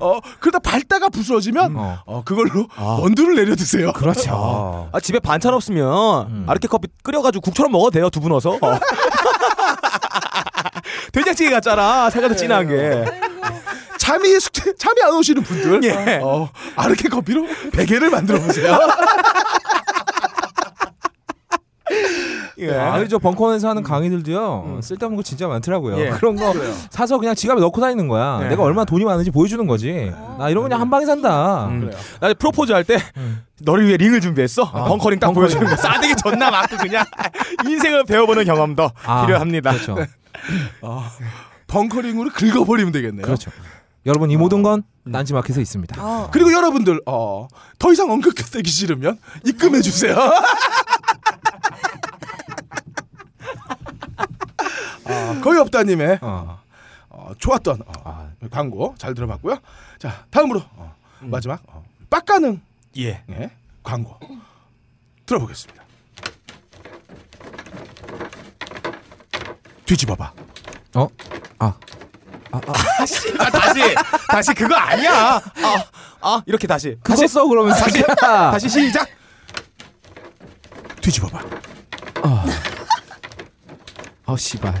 Speaker 5: 어 그러다 밟다가 부스러지면
Speaker 2: 어.
Speaker 5: 어 그걸로 원두를 내려 드세요.
Speaker 2: 그렇죠.
Speaker 6: 아 집에 반찬 없으면
Speaker 2: 음.
Speaker 6: 아르케 커피 끓여가지고 국처럼 먹어도 돼요 두부 넣어서. 어. [LAUGHS] 된장찌개 같잖아
Speaker 2: 네.
Speaker 6: 살가도 진한 게.
Speaker 5: 잠이 숙 잠이 안 오시는 분들
Speaker 6: 예.
Speaker 5: 어, 아르케 커피로 베개를 만들어
Speaker 2: [LAUGHS]
Speaker 5: 보세요.
Speaker 6: 예.
Speaker 5: 네.
Speaker 2: 아, 그죠 벙커원에서 하는 강의들도요
Speaker 5: 음.
Speaker 2: 어, 쓸데없는 거 진짜 많더라고요.
Speaker 6: 예.
Speaker 2: 그런 거 사서 그냥 지갑에 넣고 다니는 거야.
Speaker 6: 네.
Speaker 2: 내가 얼마나 돈이 많은지 보여주는 거지. 나 이런 거 그냥 한 방에 산다.
Speaker 6: 음. 나 프로포즈 할 때
Speaker 2: 음.
Speaker 6: 너를 위해 링을 준비했어.
Speaker 2: 아,
Speaker 6: 벙커링 딱 보여주는 거. 싸대기 존나 맞고
Speaker 2: [LAUGHS]
Speaker 6: 그냥 인생을 배워보는 경험도
Speaker 2: 아,
Speaker 6: 필요합니다.
Speaker 2: 그렇죠.
Speaker 5: 벙커링으로 긁어버리면 되겠네요.
Speaker 2: 그렇죠. 여러분 이 모든 건 딴지마켓에 있습니다.
Speaker 4: 어.
Speaker 5: 그리고 여러분들 어, 더 이상 언급되기 싫으면 입금해 주세요. [LAUGHS] 아, 거의 없다님의
Speaker 2: 어.
Speaker 5: 어, 좋았던 어,
Speaker 2: 아.
Speaker 5: 광고 잘 들어봤고요. 자 다음으로 어, 마지막 어, 빡가는
Speaker 6: 예.
Speaker 5: 예, 광고 들어보겠습니다. 뒤집어봐.
Speaker 2: 어? 아.
Speaker 6: 아, 다시 다시 그거 아니야. 아, 아 이렇게 다시
Speaker 2: 그거
Speaker 6: 다시
Speaker 2: 써 그러면
Speaker 6: 다시
Speaker 2: 새끼야.
Speaker 6: 다시 시작.
Speaker 5: 뒤집어봐.
Speaker 2: 어 씨발.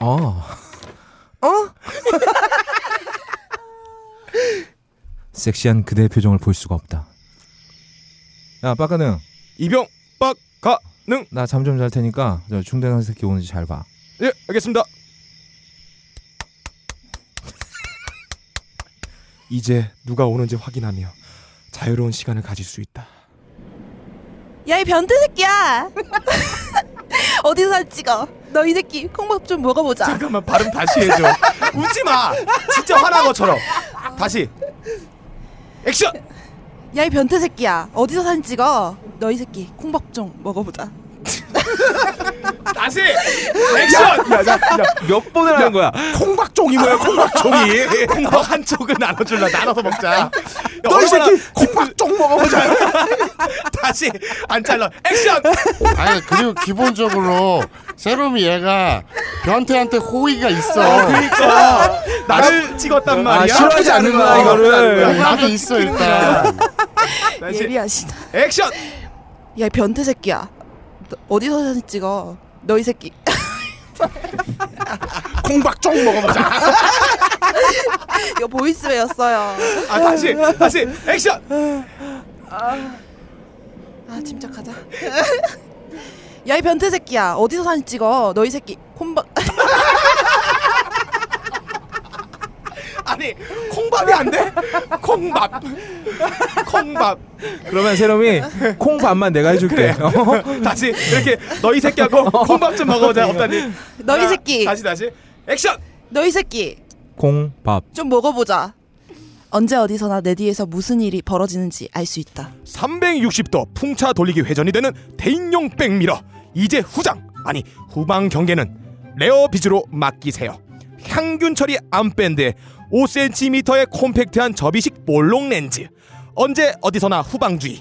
Speaker 2: 어. 어? 섹시한 그대의 표정을 볼 수가 없다. 야, 빠가능.
Speaker 6: 이병 빡가 능.
Speaker 2: 나 잠 좀 잘 테니까 저 중대한 새끼 오는지 잘 봐.
Speaker 6: 예, 알겠습니다. 이제 누가 오는지 확인하며 자유로운 시간을 가질 수 있다.
Speaker 4: 야 이 변태 새끼야. [LAUGHS] 어디서 사진 찍어? 너 이 새끼 콩밥 좀 먹어보자.
Speaker 6: 잠깐만 발음 다시 [LAUGHS] 해줘. 웃지 마. 진짜 화난 것처럼. 다시. 액션.
Speaker 4: 야 이 변태 새끼야. 어디서 사진 찍어? 너 이 새끼 콩밥 좀 먹어보자.
Speaker 6: 다시. 액션.
Speaker 2: 몇 번을 하는 거야?
Speaker 5: 콩박종이 뭐야? 콩박종이.
Speaker 6: 예, 너 한쪽은 나눠줄라. 나눠서 먹자.
Speaker 5: 너 이
Speaker 6: 얼마나-
Speaker 5: 새끼 콩박종 먹어보자.
Speaker 6: 다시 안 잘라. 액션.
Speaker 7: 아니 그리고 기본적으로 세롬이 얘가 변태한테 호의가 있어.
Speaker 6: 그러니까 나를 찍었단
Speaker 2: 아,
Speaker 6: 말이야.
Speaker 2: 싫어하지 않는구나 이거를.
Speaker 7: 나도 있어 일단.
Speaker 6: 다시.
Speaker 4: 예리하시다.
Speaker 6: 액션.
Speaker 4: 야 이 변태 새끼야. 너 어디서 사진 찍어? 너 이 새끼.
Speaker 5: [LAUGHS] 콩박종 먹어보자.
Speaker 4: [LAUGHS] 이거 보이스웨였어요.
Speaker 6: 아
Speaker 4: [LAUGHS]
Speaker 6: 다시 다시 액션.
Speaker 4: 아 짐작하자. [LAUGHS] 야 이 변태 새끼야. 어디서 사진 찍어? 너 이 새끼 콩밥.
Speaker 6: 아니 콩밥이 안 돼? 콩밥. 콩밥.
Speaker 2: 그러면 세롬이 콩 반만 내가 해줄게.
Speaker 6: 다시 이렇게 너희 새끼하고 콩밥 좀 먹어보자. 없다니.
Speaker 4: 네. 너 이 새끼.
Speaker 6: 다시 다시. 액션.
Speaker 4: [LAUGHS] 너 이 새끼.
Speaker 2: [LAUGHS] 콩밥.
Speaker 4: 좀 먹어보자. 언제 어디서나 내 뒤에서 무슨 일이 벌어지는지 알 수 있다.
Speaker 6: 360도 풍차 돌리기 회전이 되는 대인용 백미러 이제 후장 아니 후방 경계는 레어 비즈로 맡기세요 향균 처리 암밴드에 5cm의 콤팩트한 접이식 볼록 렌즈 언제 어디서나 후방주의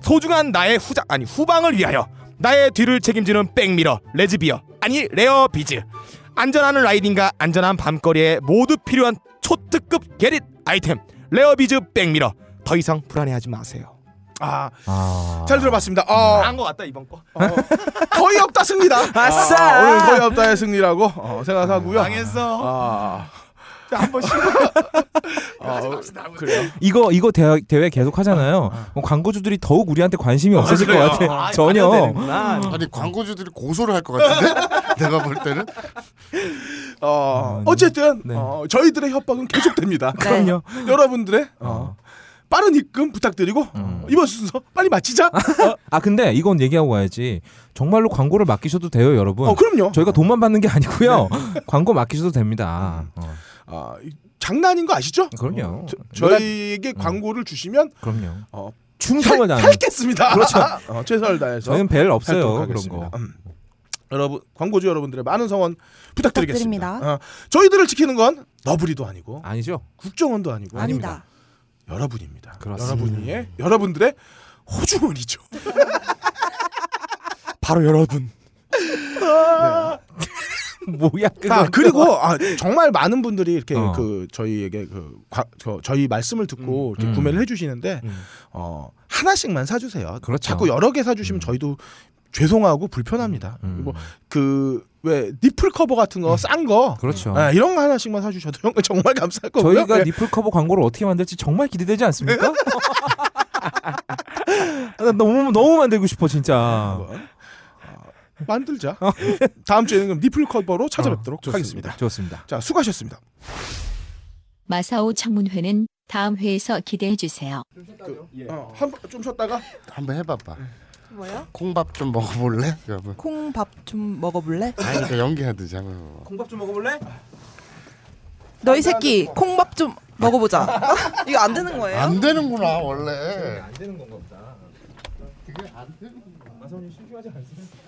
Speaker 6: 소중한 나의 후장 아니 후방을 위하여 나의 뒤를 책임지는 백미러 레즈비어 아니 레어 비즈 안전한 라이딩과 안전한 밤거리에 모두 필요한 초특급 게릿 아이템 레어 비즈 백미러 더 이상 불안해하지 마세요.
Speaker 5: 아,
Speaker 2: 아.
Speaker 5: 잘 들어봤습니다. 어,
Speaker 6: 안것 같다 이번 거.
Speaker 5: 거의 없다 승리다.
Speaker 2: 아싸!
Speaker 5: 아, 오늘 거의 없다의 승리라고 어, 생각하고요.
Speaker 6: 망했어.
Speaker 5: 아,
Speaker 6: 한번 쉬고.
Speaker 5: 아, 그래요.
Speaker 2: 이거 이거 대회, 대회 계속 하잖아요. 그럼 광고주들이 더욱 우리한테 관심이 없어질 것 같아. 요 전혀.
Speaker 7: 아니 광고주들이 고소를 할 것 같은데 내가 볼 때는
Speaker 5: 어,
Speaker 2: 아, 네.
Speaker 5: 어쨌든
Speaker 2: 네.
Speaker 5: 어, 저희들의 협박은 계속됩니다.
Speaker 2: [LAUGHS] 그럼요.
Speaker 5: 여러분들의 어, 빠른 입금 부탁드리고
Speaker 2: 음.
Speaker 5: 이번 순서 빨리 마치자.
Speaker 2: 아 근데 이건 얘기하고 가야지. 정말로 광고를 맡기셔도 돼요, 여러분.
Speaker 5: 어, 그럼요. 네.
Speaker 2: 저희가 돈만 받는 게 아니고요. [LAUGHS] 광고 맡기셔도 됩니다. 어,
Speaker 5: 아, 이- 장난인 거 아시죠? 어,
Speaker 2: 그럼요. 음.
Speaker 5: 저, 저희에게 광고를 주시면
Speaker 2: 그럼요.
Speaker 5: 어,
Speaker 2: 충성을
Speaker 5: 탈-
Speaker 2: 다하는.
Speaker 5: 탈겠습니다.
Speaker 2: 음. 그렇죠.
Speaker 5: [LAUGHS] 어, 최선을 다해서
Speaker 2: 저희는 벨
Speaker 5: 살도록
Speaker 2: 없어요 그런
Speaker 5: 하겠습니다.
Speaker 2: 거.
Speaker 5: 음. 여러분 광고주 여러분들의 많은 성원 부탁드리겠습니다.
Speaker 4: 부탁드립니다.
Speaker 5: 어, 저희들을 지키는 건 너브리도 아니고
Speaker 2: 아니죠? [LAUGHS]
Speaker 5: 국정원도 아니고
Speaker 4: 아니다.
Speaker 5: 여러분입니다.
Speaker 2: 그렇습니다.
Speaker 5: 여러분이 여러분들의 호주머니죠.
Speaker 6: 바로 여러분.
Speaker 2: 뭐야 [LAUGHS] 그거.
Speaker 5: 아, 그리고 아, 정말 많은 분들이 이렇게
Speaker 2: 그렇죠. 어.
Speaker 5: 그 저희에게 그 과- 저, 저희 말씀을 듣고 이렇게
Speaker 2: 음.
Speaker 5: 구매를 해주시는데 어, 하나씩만 사주세요.
Speaker 2: 그렇죠.
Speaker 5: 자꾸 여러 개 사주시면 저희도 죄송하고 불편합니다.
Speaker 2: 음.
Speaker 5: 뭐 그 왜 니플 커버 같은 거 싼 거
Speaker 2: 그렇죠.
Speaker 5: 아, 이런 거 하나씩만 사주셔도 [LAUGHS] 형 정말 감사할 거고요.
Speaker 2: 저희가
Speaker 5: 예.
Speaker 2: 니플 커버 광고를 어떻게 만들지 정말
Speaker 5: [LAUGHS]
Speaker 2: 기대되지 않습니까? 아, 나 너무 너무 만들고 싶어 진짜.
Speaker 5: 한번, 어, 만들자. 다음 주에는 그럼 니플 커버로 찾아뵙도록
Speaker 2: 어, 좋습니다.
Speaker 5: 하겠습니다.
Speaker 2: 좋습니다.
Speaker 5: 자 수고하셨습니다.
Speaker 9: 마사오 청문회는 다음 회에서 기대해 주세요.
Speaker 5: 어, 한좀 쉬었다가
Speaker 7: 한번 해봐봐.
Speaker 4: 뭐요?
Speaker 7: 콩밥 좀 먹어볼래? 그러면
Speaker 4: 콩밥 좀 먹어볼래?
Speaker 7: 아니
Speaker 4: [LAUGHS]
Speaker 7: 그러니까 연기하듯이 한번 해봐.
Speaker 2: 콩밥 좀 먹어볼래?
Speaker 4: 너희 새끼 콩밥 좀 먹어보자. [LAUGHS] 이거 안 되는 거예요?
Speaker 7: 안 되는구나 원래. 안 되는 건가 보다. 그게 안 되는.